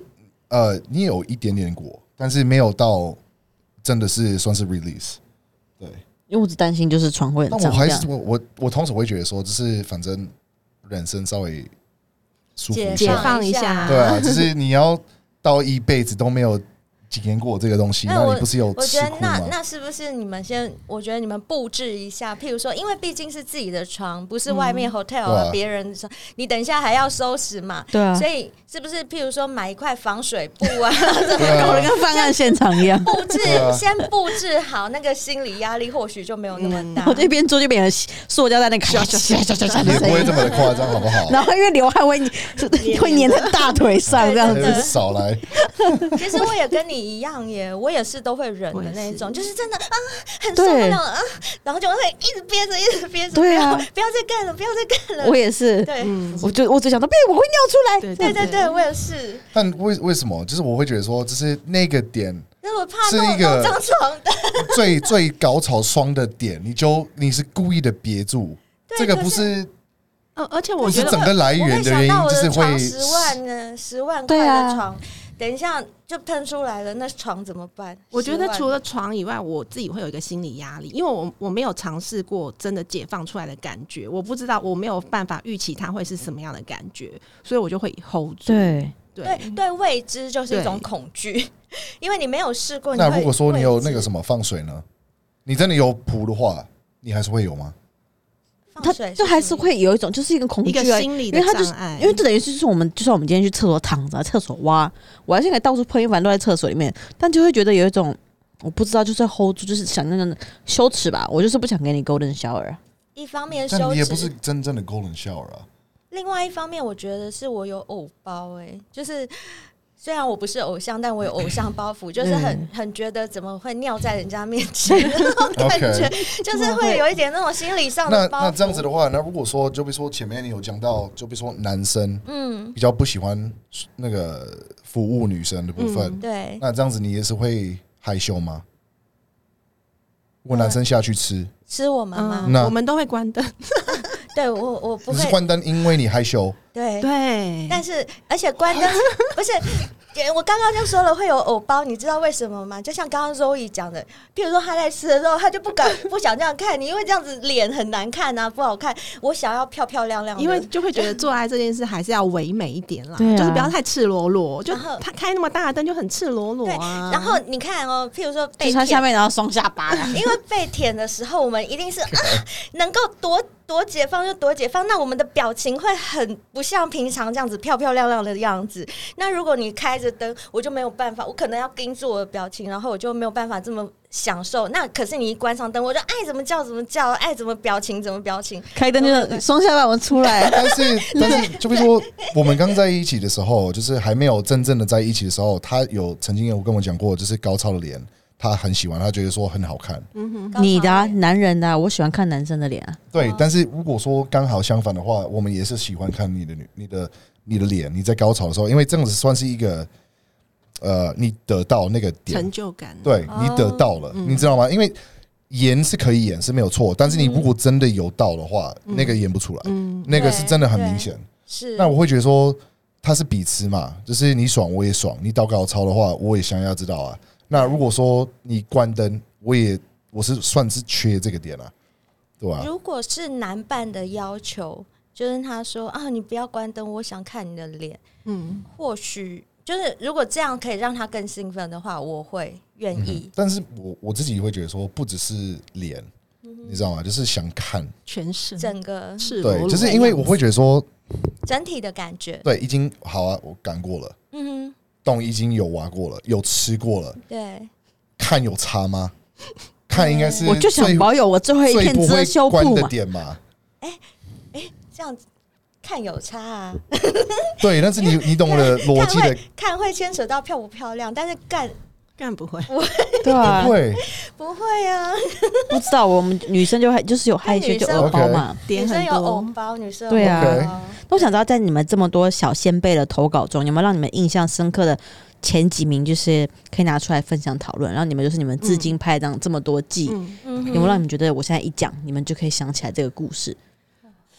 S2: 呃，你有一点点过，但是没有到真的是算是 release。对，
S1: 因为我只担心就是床会很
S2: 那我
S1: 脏这
S2: 还
S1: 样
S2: 是。我我我通常会觉得说，就是反正人生稍微舒服一
S4: 解
S2: 下，
S4: 放一下
S2: 对啊，就是你要到一辈子都没有体验过这个东西，
S3: 那
S2: 那
S3: 我
S2: 你不是有
S3: 我
S2: 吃
S3: 觉得
S2: 苦
S3: 那
S2: 吗？
S3: 那是不是你们先？我觉得你们布置一下，譬如说，因为毕竟是自己的床，不是外
S1: 嗯
S3: 面 hotel
S2: 对
S3: 啊
S2: 啊
S3: 别、人的床，你等一下还要收拾嘛。
S1: 对啊，
S3: 所以是不是譬如说买一块防水布 啊，
S2: 对
S1: 搞得
S2: 啊，
S1: 跟犯案现场一样。
S3: 布置
S2: 对啊
S3: 先布置好，那个心理压力或许就没有那么大。
S1: 嗯我这边做这边塑胶袋那个咔嚓咔嚓咔嚓咔嚓
S2: 也
S1: 的
S2: 不
S1: 声
S2: 会
S1: 音，
S2: 这么的夸张，好不 好？
S1: 然后因为流汗会会粘在大腿上这样
S3: 对
S1: 子
S3: 对。
S2: 呃少来，
S3: 其实我也跟你一样耶，我也是都会忍的那一种，
S4: 我也是
S3: 就是真的啊，很受不了啊，然后就会一直憋着，一直憋着，
S1: 对啊
S3: 不要，不要再干了，不要再干了。
S1: 我也是，
S3: 对、
S4: 嗯，
S1: 我就我只想到，别我会尿出来。
S4: 对
S3: 对对对，我也是，
S2: 但为为什么？就是我会觉得说，就是那个点
S3: 那我怕
S2: 是
S3: 弄
S2: 一个
S3: 弄脏床的。
S2: 最 最高潮双的点，你就你是故意的憋住，
S3: 对
S2: 这个
S3: 可
S2: 不
S3: 是
S2: 是
S4: 呃，而且
S2: 不
S4: 我觉
S2: 是整
S4: 得，
S2: 个来
S3: 我
S2: 源
S3: 会
S2: 的
S3: 想
S2: 原
S3: 到
S2: 因，
S3: 我
S2: 就是
S3: 的
S2: 会
S3: 床十万呢，十万块
S1: 对啊
S3: 的床，等一下就喷出来了，那床怎么办？
S4: 我觉得
S3: 10万
S4: 除了床以外，我自己会有一个心理压力，因为我我没有尝试过真的解放出来的感觉，我不知道，我没有办法预期它会是什么样的感觉，所以我就会 hold 住。
S1: 对，
S4: 对
S3: 对对未知就是一种
S4: 对
S3: 恐惧，因为你没有试过。
S2: 那如果说你有那个什
S3: 么
S2: 么放水呢？你真的有谱的话，你还是会有吗？
S1: 他就还是会有一种就是一个恐
S4: 一
S1: 惧
S4: 个
S1: 啊，
S4: 心理
S1: 因
S4: 的
S1: 为他就是
S4: 障碍，
S1: 因为这等于是就是我们，就算我们今天去厕所躺着，厕所挖，我还是可以到处喷一番都在厕所里面，但就会觉得有一种我不知道，就是 hold 住，就是想那种羞耻吧，我就是不想给你 golden shower。
S3: 一方面
S2: 但
S3: 羞
S2: 你也不是
S3: 耻，
S2: 真正的 golden shower 啊。
S3: 另外一方面我觉得是我有偶包哎、就是。虽然我不是偶像，但我有偶像包袱，就是很
S1: 嗯
S3: 很觉得怎么会尿在人家面前，那种感 觉
S2: OK，
S3: 就是会有一点那种心理上
S2: 那
S3: 的包袱。
S2: 那这样子的话，那如果说就比如说前面你有讲到，就比如说男生
S3: 嗯，
S2: 比较不喜欢那个服务女生的部分，
S4: 嗯
S3: 对，
S2: 那这样子你也是会害羞吗？如果男生下去吃，
S3: 是我们吗？
S4: 嗯，
S2: 那
S4: 我们都会关灯。
S3: 对我我不
S2: 你是
S3: 会，
S2: 关灯，因为你害 羞。
S3: 对，
S4: 对
S3: 但是而且关灯不是。也我刚刚就说了会有偶包，你知道为什么吗？就像刚刚 Zoe 讲的，譬如说他在吃的时候，他就不敢不想这样看你，因为这样子脸很难看啊，不好看。我想要漂漂亮亮的，
S4: 因为就会觉得做爱这件事还是要唯美一点啦，
S1: 对啊
S4: 就是不要太赤裸裸，就
S3: 然后
S4: 他开那么大的灯就很赤裸裸
S3: 对。
S4: 啊。
S3: 然后你看哦，譬如说
S1: 就
S3: 被
S1: 是他
S3: 舔，
S1: 下面然后双下 巴，
S3: 因为被舔的时候，我们一定是、啊、能够多多解放就多解放，那我们的表情会很不像平常这样子漂漂亮亮的样子。那如果你开着灯，我就没有办法，我可能要盯住我的表情，然后我就没有办法这么享受。那可是你一关上灯，我就爱怎么叫怎么叫，爱怎么表情怎么表情。
S1: 开灯就是双下巴我出来，
S2: 但是但是，就比如说我们刚在一起的时候，就是还没有真正的在一起的时候，他有曾经有跟我讲过，就是高超的脸，他很喜欢，他觉得说很好看。
S1: 你的、啊、
S3: 高潮
S1: 男人的、啊，我喜欢看男生的脸啊。
S2: 对，
S4: 嗯
S2: 但是如果说刚好相反的话，我们也是喜欢看你的女、你的、你的脸，你在高潮的时候，因为这样子算是一个，呃，你得到那个点
S4: 成，就哦嗯感，
S2: 对你得到了，你知道吗？因为演是可以演是没有错，但是你如果真的有到的话，那个演不出来，
S4: 嗯，
S2: 那个是真的很
S3: 对
S2: 明显。
S3: 是
S2: 那我会觉得说，它是彼此嘛，就是你爽我也爽，你到高超的话我也想要知道啊。那如果说你关灯，我也我是算是缺这个点啊，对吧、
S3: 如果是男伴的要求，就是他说啊，你不要关灯，我想看你的脸。
S4: 嗯，
S3: 或许就是如果这样可以让他更兴奋的话，我会愿意。
S2: 但是我我自己会觉得说，不只是脸，
S1: 嗯
S2: 你知道吗？就是想看，
S4: 全身
S3: 整个
S4: 赤裸
S2: 对，
S4: 裸，
S2: 就是因为我会觉得说，
S3: 整体的感觉，
S2: 对，已经好啊，我赶过了，
S3: 嗯
S2: 洞已经有挖过了，有吃过了
S3: 哼，，对，
S2: 看有差吗？看应该 是
S1: 我就想
S2: 最
S1: 保有我最后一
S2: 最
S1: 片
S2: 不
S1: 遮
S2: 会
S1: 羞
S2: 关
S1: 布
S2: 的
S1: 嘛。
S2: 点嘛。
S3: 这样子看有差啊，
S2: 对，但 是你你懂我的逻辑
S3: 看
S2: 的
S3: 会，看会牵扯到漂不漂亮，但是干
S4: 干不会，
S1: 对啊
S2: 不，会。
S3: 不会啊，
S1: 不知道我们女生就害就是有害羞就偶包嘛。
S4: 点
S3: 女生
S4: 很
S3: 有偶
S4: 多。
S3: 包，女生有
S1: 对
S2: 啊
S3: 偶包
S1: 都想知道在你们这么多小先辈的投稿中，有没有让你们印象深刻的前几名，就是可以拿出来分享讨论？然后你们就是你们至今拍这样这么多季，
S4: 嗯，
S3: 嗯
S1: 有
S3: 哼，
S1: 没有让你们觉得我现在一讲，你们就可以想起来这个故事？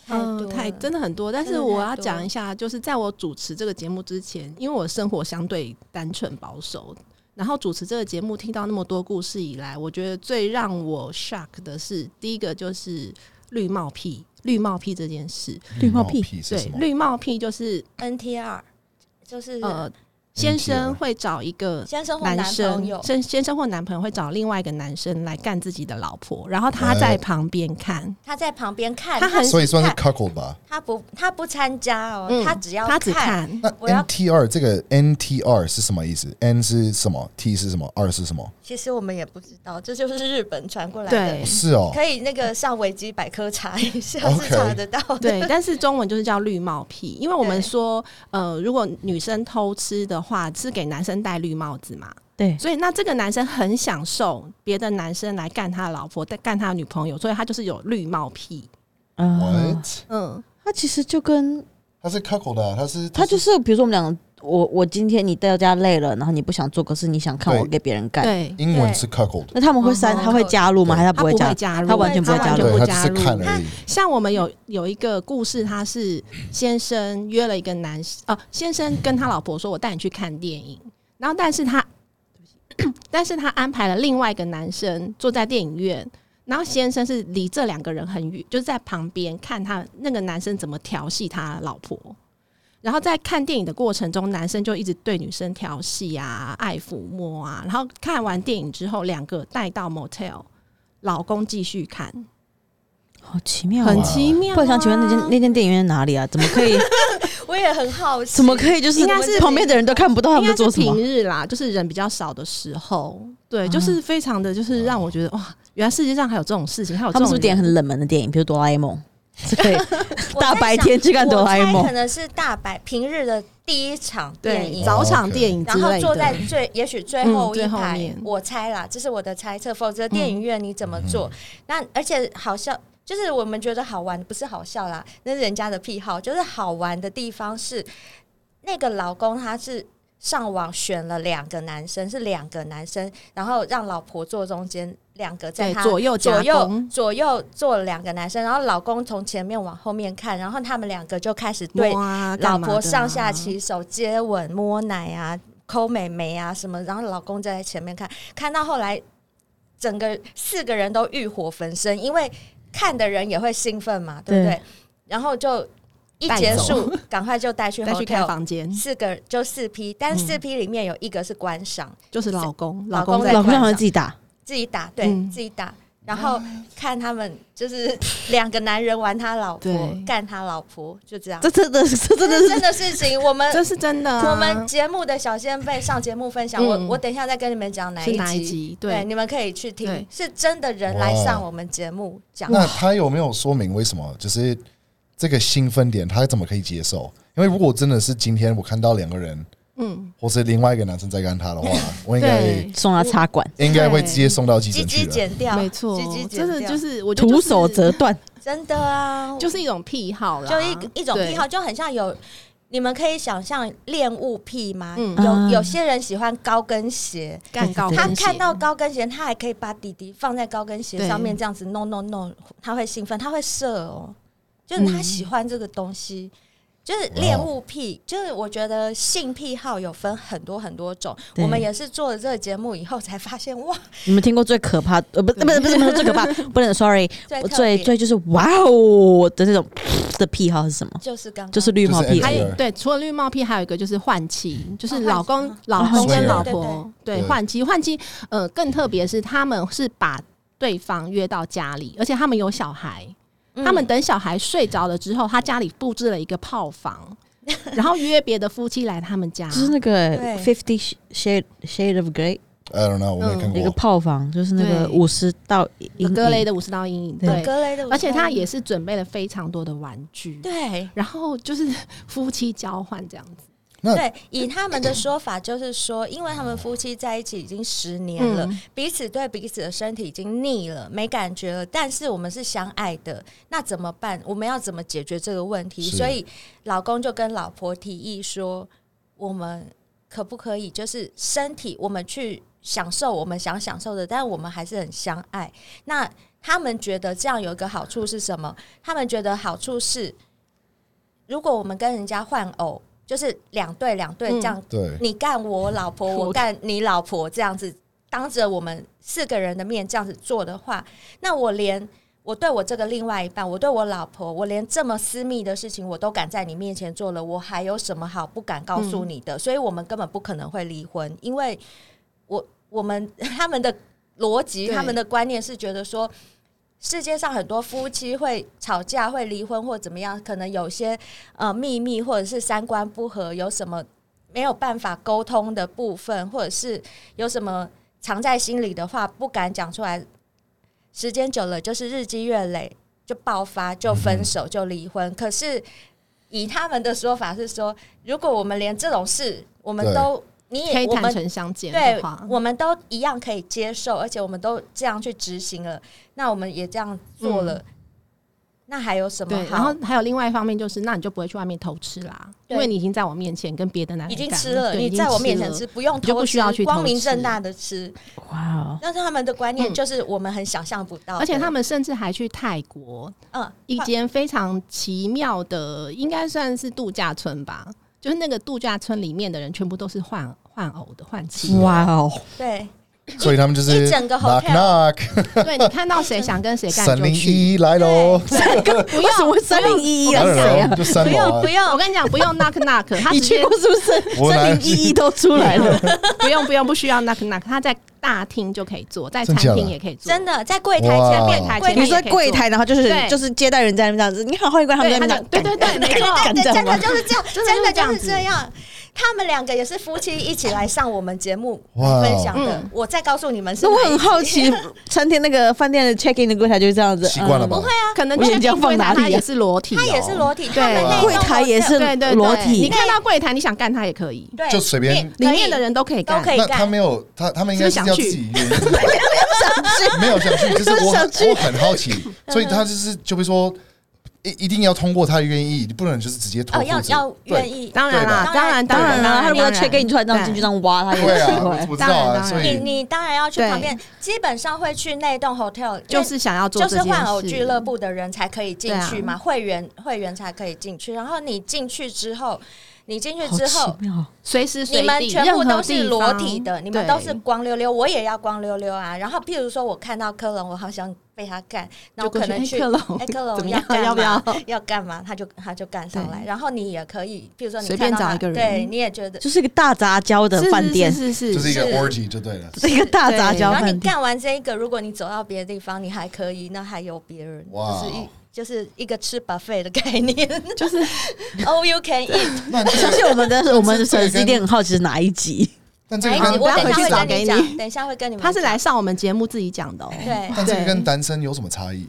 S4: 嗯，太真
S3: 的
S4: 的很多，但
S3: 真
S4: 是
S3: 的
S4: 我
S3: 太
S4: 要
S3: 多
S4: 讲一下，就是在我主持这个节目之前，因为我生活相对单纯保守，然后主持这个节目听到那么多故事以来，我觉得最让我 shock 的是，第一个就是绿帽癖，绿帽癖这件事，
S1: 绿帽屁
S2: 屁是
S4: 对
S2: 什，么？
S4: 绿帽癖就是
S3: NTR 就是
S4: 呃先生会找一个
S3: 先生或
S4: 男
S3: 朋友
S4: 生，先先生或男朋友会找另外一个男生来干自己的老婆，然后他在旁边看，
S3: 他在旁边看，
S4: 他很
S2: 所以算是
S3: 他
S2: cuckold 吧。
S3: 他不他不参加哦，
S4: 嗯
S3: 他只要
S4: 他只看
S2: 那
S3: 我要
S2: NTR 这个 NTR 是什么意思？N 是什么？T 是什么？R 是什么？
S3: 其实我们也不知道，这就是日本传过来的
S4: 对。
S2: 是哦，
S3: 可以那个上维基百科查一下
S2: OK
S3: 是查得到 的。
S4: 对，但是中文就是叫绿帽癖，因为我们
S3: 对
S4: 说，呃，如果女生偷吃的话，是给男生戴绿帽子嘛，
S1: 对，
S4: 所以那这个男生很享受别的男生来干他的老婆，干他的女朋友，所以他就是有绿帽癖。
S1: 嗯，
S2: What？
S4: 嗯，
S1: 他其实就跟
S2: 他是 cuckold 的啊，他是
S1: 他就是，比如说我们两个，我我今天你到家累了，然后你不想做，可是你想看
S2: 对
S1: 我给别人干，
S4: 对，
S2: 英文是 cuckold，
S1: 那他们会删，
S3: 嗯
S1: 他会加入吗？
S2: 对
S1: 还是他
S4: 他
S1: 啊不会加入？
S4: 加入，
S1: 他完全不会加入
S4: 他
S2: 对
S4: 完
S2: 他
S4: 全
S2: 只
S4: 不
S2: 是
S4: 加
S2: 看
S4: 入。
S2: 而已。
S4: 像我们有有一个故事，他是先生约了一个男哦、先生跟他老婆说：“我带你去看电影。”然后，但是他， 但是他安排了另外一个男生坐在电影院，然后先生是离这两个人很远，就是在旁边看他那个男生怎么调戏他老婆。然后在看电影的过程中，男生就一直对女生调戏啊、爱抚摸啊。然后看完电影之后，两个带到 motel，老公继续看，
S1: 好奇妙
S4: 很
S1: 啊！
S4: 奇妙、啊。
S1: 不然想请问那间那间电影院在哪里啊？怎么可以？
S3: 我也很好奇，
S1: 怎么可以？就是
S4: 应该是
S1: 旁边的人都看不到他
S4: 应
S1: 们在
S4: 该
S1: 做
S4: 是
S1: 什么
S4: 平。日啦，就是人比较少的时候，对，
S1: 啊
S4: 就是非常的，就是让我觉得哇，原来世界上还有这种事情，还有这
S1: 他
S4: 种
S1: 们是不是点
S4: 人
S1: 很冷门的电影，比如《哆啦 A 梦》之类的？
S3: 我
S1: 大
S3: 在想
S1: 白天去看
S3: 我
S1: 哆啦 A
S3: 猜
S1: 梦
S3: 可能是大白平日的第一场电
S4: 对
S3: 影。哦
S4: 早场电影之
S3: 然后
S4: 类
S3: 坐在
S4: 的？
S3: 最，也许最后
S4: 嗯
S3: 一
S4: 最后
S3: 排，
S4: 面
S3: 我猜啦，这是我的猜测。否则电影院你怎么做？
S4: 嗯
S3: 那而且好笑，就是我们觉得好玩，不是好笑啦，那是人家的癖好。就是好玩的地方是，那个老公他是上网选了两个男生，是两个男生，然后让老婆坐中间，两个在
S4: 对，
S3: 他
S4: 左右
S3: 左
S4: 夹
S3: 右
S4: 攻，
S3: 左右坐了两个男生，然后老公从前面往后面看，然后他们两个就开始对
S4: 摸啊，
S3: 老
S4: 干嘛的
S3: 婆
S4: 啊
S3: 上下其手、接吻、摸奶啊、抠美眉啊什么，然后老公就在前面看，看到后来整个四个人都欲火焚身，因为看的人也会兴奋嘛，对不对？
S1: 对
S3: 然后就一
S4: 带
S3: 结
S4: 走
S3: 束，赶快就带去
S4: 再去看
S3: hotel。
S4: 房间，
S3: 四个就四批，但四批里面有一个是观赏，
S4: 就是老公，
S3: 老
S4: 公
S3: 公
S4: 在
S3: 在
S1: 老公
S3: 晚
S1: 让
S3: 上
S1: 他自己打，
S3: 自己打，对、
S4: 嗯
S3: 自己打，然后看他们就是两个男人玩他老婆
S4: 对，
S3: 干他老婆，就这样。
S1: 这真的是这真的是
S3: 这真的事情，我 们
S4: 这是真的啊。
S3: 我们节目的小先辈上节目分享，我
S4: 嗯
S3: 我等一下再跟你们讲哪
S4: 是
S3: 一
S4: 哪一
S3: 集，
S4: 集？
S3: 对，
S4: 对，
S3: 你们可以去听
S4: 对，
S3: 是真的人来上我们节目讲，
S2: 那他有没有说明为什么？就是这个兴奋点，他怎么可以接受？因为如果真的是今天我看到两个人，
S4: 嗯，
S2: 或是另外一个男生在干他的话，我应该
S4: 对，
S1: 送他插管，
S2: 应该会直接送到急
S3: 鸡
S2: 诊去
S3: 鸡
S2: 的。
S3: 剪掉，
S4: 没错
S3: 鸡鸡，剪
S4: 真的
S3: 掉，
S4: 就是我觉得
S1: 徒
S4: 就是
S1: 手折 断。
S3: 真的啊，
S4: 就是一种癖好啦，
S3: 就一一种癖好，
S4: 对，
S3: 就很像有。你们可以想象恋物癖吗？
S4: 嗯
S1: 啊
S3: 有有些人喜欢高跟鞋，
S4: 干高
S1: 对
S3: 他
S4: 跟鞋
S3: 看到高跟鞋，他还可以把底底放在高跟鞋
S4: 对
S3: 上面，这样子弄弄弄，他会兴奋，他会射哦，就是他
S4: 嗯
S3: 喜欢这个东西。就是恋物癖，就是我觉得性癖好有分很多很多种。
S1: 对
S3: 我们也是做了这个节目以后才发现，哇，
S1: 你们听过最可怕？呃，不，不是，不是，不是最可怕， 不能，sorry，
S3: 最
S1: 我
S3: 特
S1: 最
S3: 别
S1: 最就是哇哦的这种 的癖好是什么？
S3: 就是刚刚
S1: 就是绿帽
S2: 就是
S1: 癖，
S4: 还
S1: 哎
S2: NTR
S4: 有对，除了绿帽癖，还有一个就是换妻，就是老公、
S3: 哦
S4: 老公跟
S1: 啊
S4: 老
S3: 哦
S4: 婆对
S2: 对
S4: 换妻，换妻呃更特别是他们是把对方约到家里，而且他们有小孩，
S3: 嗯
S4: 他们等小孩睡着了之后，他家里布置了一个 炮房，然后约别的夫妻来他们家，
S1: 就是那个
S3: 对
S1: Fifty Shade Shade of Grey
S2: I don't know，我没看
S1: 有一个
S2: 过。
S1: 炮房，就是那个
S4: 对
S1: 五十道阴
S4: 格雷
S1: 影，
S4: 的五十道阴影，
S1: 对
S4: 对，
S3: 格雷的舞台，
S4: 而且他也是准备了非常多的玩具，
S3: 嗯对
S4: 然后就是 夫妻交换这样子，
S2: 那
S3: 对，以他们的说法就是说，因为他们夫妻在一起已经十年了，
S4: 嗯
S3: 彼此对彼此的身体已经腻了，没感觉了，但是我们是相爱的，那怎么办？我们要怎么解决这个问题？
S2: 是
S3: 所以老公就跟老婆提议说，我们可不可以就是身体，我们去享受我们想享受的，但我们还是很相爱。那他们觉得这样有一个好处是什么？他们觉得好处是，如果我们跟人家换偶，就是两对两对这样
S2: 对，
S3: 你干我老婆，我干你老婆，这样子当着我们四个人的面这样子做的话，那我连我对我这个另外一半，我对我老婆，我连这么私密的事情我都敢在你面前做了，我还有什么好不敢告诉你的？所以我们根本不可能会离婚，因为我我们 他们的逻辑、
S4: 对
S3: 他们的观念是觉得说。世界上很多夫妻会吵架、会离婚或怎么样，可能有些呃秘密或者是三观不合，有什么没有办法沟通的部分，或者是有什么藏在心里的话不敢讲出来，时间久了就是日积月累就爆发，就分手，就离婚。可是以他们的说法是说，如果我们连这种事我们
S2: 对
S3: 都你
S4: 可
S3: 也
S4: 以
S3: 我
S4: 坦
S3: 们
S4: 诚相见
S3: 对
S4: 的话，
S3: 我们都一样可以接受，而且我们都这样去执行了，那我们也这样做了，那还有什么
S4: 嗯对，
S3: 好？
S4: 然后还有另外一方面就是，那你就不会去外面偷吃啦，
S3: 对
S4: 因为你已经在我面前跟别的男人
S3: 已经
S4: 干
S3: 吃了，
S4: 对
S3: 你
S4: 已经
S3: 在我面前
S4: 了
S3: 吃，不用
S4: 你就
S3: 偷
S4: 不需要
S3: 吃
S4: 去
S3: 光
S4: 偷
S3: 明正
S4: 吃
S3: 大的吃。
S1: 哇哦，
S3: 但是他们的观念
S4: 嗯
S3: 就是我们很想象不到的，
S4: 而且他们甚至还去泰国
S3: 嗯，
S4: 一
S3: 换
S4: 间非常奇妙的，应该算是度假村吧，就是那个度假村里面的人全部都是换换偶的 换
S2: 啊
S4: 妻，
S1: 哇哦，
S3: 对
S2: 所以他们就是
S3: 一整个
S2: knock knock，
S4: 对你看到谁想跟谁干
S2: 三
S4: 就
S2: 零
S4: 去，
S2: 一来喽，
S4: 不用
S1: 为什么三零一一
S2: I
S1: 啊？
S2: don't
S1: 是谁 啊？
S2: know，就三楼
S3: 不用
S2: 啊
S3: 不，
S4: 我
S3: 用，
S4: 跟你讲，不用 knock knock，他
S1: 你
S4: 直
S1: 去
S4: 接
S1: 过是不是？
S2: 我
S1: 三
S2: 哪
S1: 零一一都出来了，
S4: 不用不用不需要 knock knock，他在大厅就可以做，在
S2: 真
S4: 餐
S2: 假的
S4: 厅也可以做，
S3: 真的在柜台
S2: 哇
S3: 前
S4: 柜
S3: 面，
S4: 台
S3: 柜
S4: 前
S3: 台
S4: 面
S1: 你
S4: 也
S1: 说
S4: 可以做
S1: 柜台，然后就是
S4: 对
S1: 就是接待人在那边这样子，你好，欢迎光临，他
S4: 对
S1: 们
S4: 他
S1: 在那
S4: 就
S1: 边
S4: 对对对，没错，
S1: 干这
S3: 真
S1: 样
S3: 的
S1: 吗？
S3: 就是这样，
S4: 真的
S3: 真的
S4: 就是这
S3: 就
S4: 样
S3: 是
S4: 子
S3: 这样。他们两个也是夫妻一起来上我们节目
S2: 哇哦
S3: 分享的
S4: 嗯，
S3: 我再告诉你们是
S1: 那
S3: 哪
S1: 我
S3: 一
S1: 很好奇，餐厅那个饭店的 check in 的柜台就是这样子，嗯
S2: 习惯了吧？
S4: 可能
S1: 我眼睛要
S4: 确定
S1: 放
S4: 柜台
S1: 哪里
S4: 他
S1: 啊
S4: 也是裸体哦，
S3: 他也是裸体，他们
S4: 对
S1: 嗯？
S3: 那一
S1: 柜
S3: 栋
S1: 台也是
S3: 楼
S4: 对对对
S1: 裸
S4: 你
S1: 体，
S4: 看到柜台，你想干他也可以，
S3: 对，
S2: 就随便
S4: 里面的人都可以
S3: 都
S4: 干，
S3: 可以
S2: 那
S3: 干
S2: 他没有，他他们应该是要自己约，没有想去，就是我
S1: 想去
S2: 很我很好奇，
S4: 嗯
S2: 所以他就是就会说一一定要通过他的愿意，你不能就是直接托
S3: 哦，
S2: 付
S3: 要
S2: 这个
S3: 要愿意。
S4: 当然啦，
S3: 对吧
S4: 当然
S1: 当然
S4: 然
S1: 啦，
S4: 啦，
S1: 他如果要 check in
S4: 你
S1: 你突然这样进去这样挖，他也
S2: 对
S1: 奇
S2: 啊，我
S1: 怪
S2: 我。不知道
S4: 当然当
S2: 啊，
S4: 然
S2: 所
S3: 你
S2: 以
S3: 你当然要去
S4: 对
S3: 旁边，基本上会去那栋 hotel，因
S4: 就
S3: 为
S4: 是想要做
S3: 就
S4: 这件
S3: 是
S4: 事，
S3: 换偶俱乐部的人才可以进去嘛，
S4: 对啊
S3: 会员会员才可以进去。然后你进去之后，你进去之
S1: 好
S3: 后，
S1: 奇妙
S4: 随时随
S3: 你
S4: 地，
S3: 们全部都是裸体
S4: 任何地
S3: 的，
S4: 方
S3: 你们都是光溜溜，我也要光溜溜啊。然后譬如说，我看到科隆，我好想被他干，
S4: 对
S3: 然后
S4: 就过
S3: 可能
S4: 哎
S3: 去
S4: 克隆
S3: 哎克隆
S4: 怎么
S3: 要
S4: 样？
S3: 干嘛
S4: 要不要？
S3: 要干嘛，他就他就干上来。
S4: 对
S3: 然后你也可以，譬如说你
S4: 随
S3: 看
S4: 便
S3: 到
S4: 找
S3: 他
S4: 一个人
S3: 对，你也觉得。
S1: 就是一个大杂交的
S4: 是
S1: 饭店，
S4: 是是
S2: 就是
S4: 是
S2: 一
S4: 是，
S2: 个
S3: 是
S2: orgy 就对了。
S1: 是一个大杂交
S3: 哎然后
S1: 饭
S3: 你
S1: 店。
S3: 干完这一个，如果你走到别的地方，你还可以，那还有别人，
S2: 哇
S3: 就是一就是一个吃 buffet 的概念
S4: 就是
S3: ，all you can eat。
S2: 那
S1: 我相信我们的 我们的粉丝一
S2: 这个
S1: 定很好奇是哪一集，
S2: 但这
S3: 哪
S2: 个
S3: 一
S4: 好
S3: 集？
S2: 跟
S3: 哎我
S4: 大家
S3: 等一
S4: 回
S3: 下
S4: 去找
S3: 会跟
S4: 给
S3: 你
S4: 你
S3: 讲，等一下会跟你们
S4: 他
S3: 讲。
S4: 是来上我们节目自己讲的哦。
S3: 对，
S2: 但这个
S4: 对
S2: 跟单身有什么差异？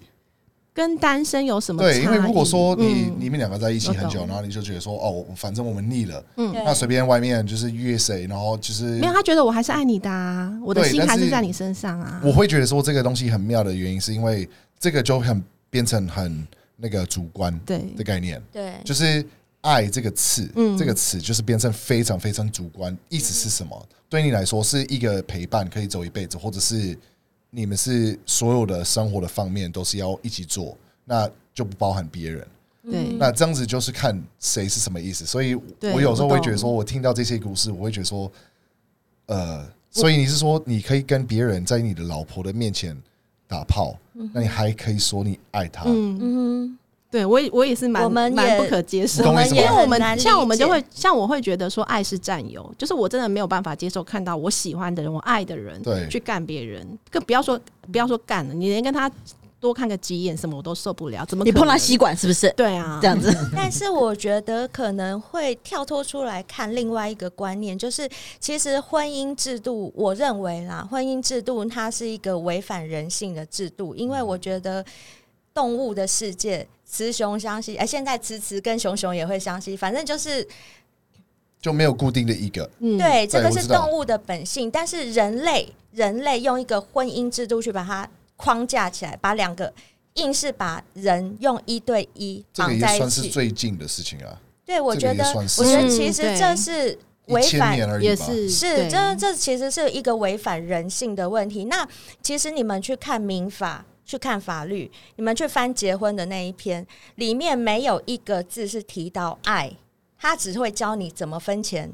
S4: 跟单身有什么差
S2: 对，
S4: 异？
S2: 因为如果说你
S4: 嗯
S2: 你们两个在一起很久，
S4: 我懂
S2: 然后你就觉得说哦，我反正我们腻了，
S3: 对
S2: 那随便外面就是约谁，然后就是
S4: 嗯没有，他觉得我还是爱你的啊，我的
S2: 对
S4: 心
S2: 但
S4: 还
S2: 是
S4: 是在你身上啊。
S2: 我会觉得说这个东西很妙的原因，是因为这个就很变成很那个主观
S4: 对
S2: 的概念，
S3: 对
S2: 就是“爱”这个词，
S4: 嗯
S2: 这个词就是变成非常非常主观，意思是什么？对你来说是一个陪伴，可以走一辈子，或者是你们是所有的生活的方面都是要一起做，那就不包含别人。
S3: 嗯
S4: 对
S2: 那这样子就是看谁是什么意思。所以
S4: 嗯对
S2: 我有时候会
S4: 我懂
S2: 觉得说，我听到这些故事，我会觉得说，呃，所以你是说你可以跟别人在你的老婆的面前打炮，那你还可以说你爱她，
S4: 嗯，
S3: 嗯，
S4: 对我也我也是蛮
S3: 我们也
S4: 蛮不可接受
S2: 你懂我意
S4: 的，
S2: 思
S4: 因
S2: 吗
S4: 为我
S3: 我们也很
S4: 们
S3: 难理解
S4: 像我们就会像我会觉得说爱是占有，就是我真的没有办法接受看到我喜欢的人、我爱的人
S2: 对
S4: 去干别人，更不要说不要说干了，你连跟他多看个几眼什么我都受不了，怎么
S1: 你
S4: 可
S1: 碰到
S4: 能
S1: 吸管是不是？
S4: 对啊
S1: 这，样子，
S3: 但是我觉得可能会跳脱出来看另外一个观念，就是其实婚姻制度，我认为啦，婚姻制度它是一个违反人性的制度，因为我觉得
S2: 嗯
S3: 动物的世界。雌雄相吸，哎、现在雌雌跟雄雄也会相吸，反正就是
S2: 就没有固定的一个。
S4: 嗯，
S3: 对，这
S2: 对
S3: 个
S2: 我
S3: 是
S2: 知道
S3: 动物的本性，但是人类人类用一个婚姻制度去把它框架起来，把两个硬是把人用一对一
S2: 这个
S3: 绑
S2: 也
S3: 在一
S2: 算是
S3: 起。
S2: 最近的事情啊，
S3: 对，我
S2: 这个
S3: 觉
S2: 也
S3: 得，
S2: 算
S3: 我觉得
S4: 是
S3: 其实
S4: 嗯
S3: 这
S4: 对
S3: 是
S2: 一
S3: 违
S2: 千
S3: 反
S2: 年而已
S4: 也
S2: 吧。
S4: 是
S3: 是，这这其实是一个违反人性的问题。那其实你们去看民法，去看法律，你们去翻结婚的那一篇，里面没有一个字是提到爱，他只会教你怎么分钱，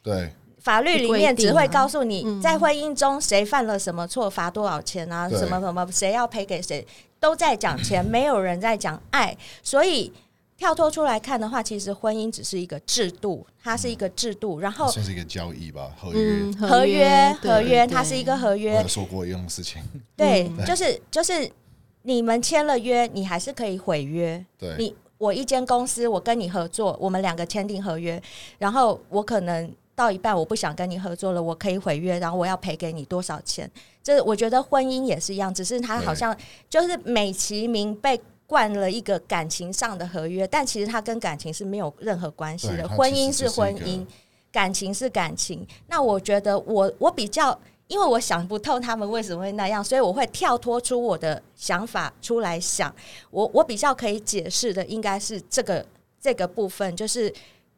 S2: 对，
S3: 法律里面只
S4: 规
S3: 会
S4: 定啊
S3: 告诉你
S4: 嗯
S3: 在婚姻中谁犯了什么错，罚多少钱啊，
S2: 对
S3: 什么什么，谁要赔给谁，都在讲钱，没有人在讲爱，所以。跳脱出来看的话，其实婚姻只是一个制度，它是一个制度。然后
S2: 算是一个交易吧，合约
S4: 嗯，。
S3: 合约，
S4: 对
S3: 合约，
S4: 对
S3: 它是一个合
S2: 我
S3: 约
S2: 有，说过一样的事情，
S3: 对
S4: 嗯，
S3: 就是就是你们签了约，你还是可以毁约。
S2: 对，
S3: 你我一间公司，我跟你合作，我们两个签订合约，然后我可能到一半我不想跟你合作了，我可以毁约，然后我要赔给你多少钱？这我觉得婚姻也是一样，只是它好像就是美其名被。冠了一个感情上的合约，但其实它跟感情是没有任何关系
S2: 对
S3: 的。
S2: 它
S3: 婚
S2: 其
S3: 姻
S2: 实就是是一
S3: 婚
S2: 个
S3: 姻，感情是感情。那我觉得我我比较，因为我想不透他们为什么会那样，所以我会跳脱出我的想法出来想。我我比较可以解释的应该是这个这个部分，就是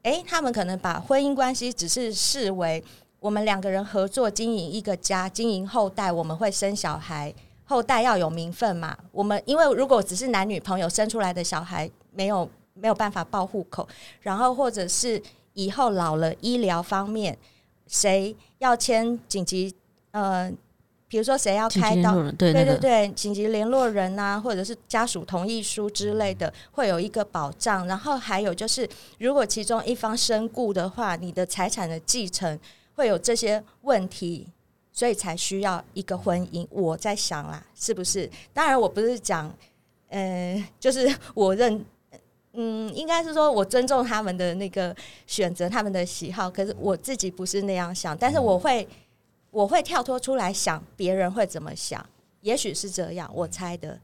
S3: 诶，他们可能把婚姻关系只是视为我们两个人合作经营一个家，经营后代，我们会生小孩，后代要有名分嘛。我们因为如果只是男女朋友生出来的小孩，没有没有办法报户口，然后或者是以后老了医疗方面，谁要签紧急呃，比如说谁要
S1: 紧急
S3: 开
S1: 联
S3: 刀
S1: 络，人对那
S3: 对
S1: 个
S3: 对对，紧急联络人呐、或者是家属同意书之类
S1: 嗯
S3: 的，会有一个保障。然后还有就是，如果其中一方身故的话，你的财产的继承会有这些问题，所以才需要一个婚姻。我在想啦，是不是？当然，我不是讲，呃，就是我认。嗯，应该是说我尊重他们的那个选择，他们的喜好。可是我自己不是那样想，但是我会，我会跳脱出来想别人会怎么想。也许是这样，我猜的。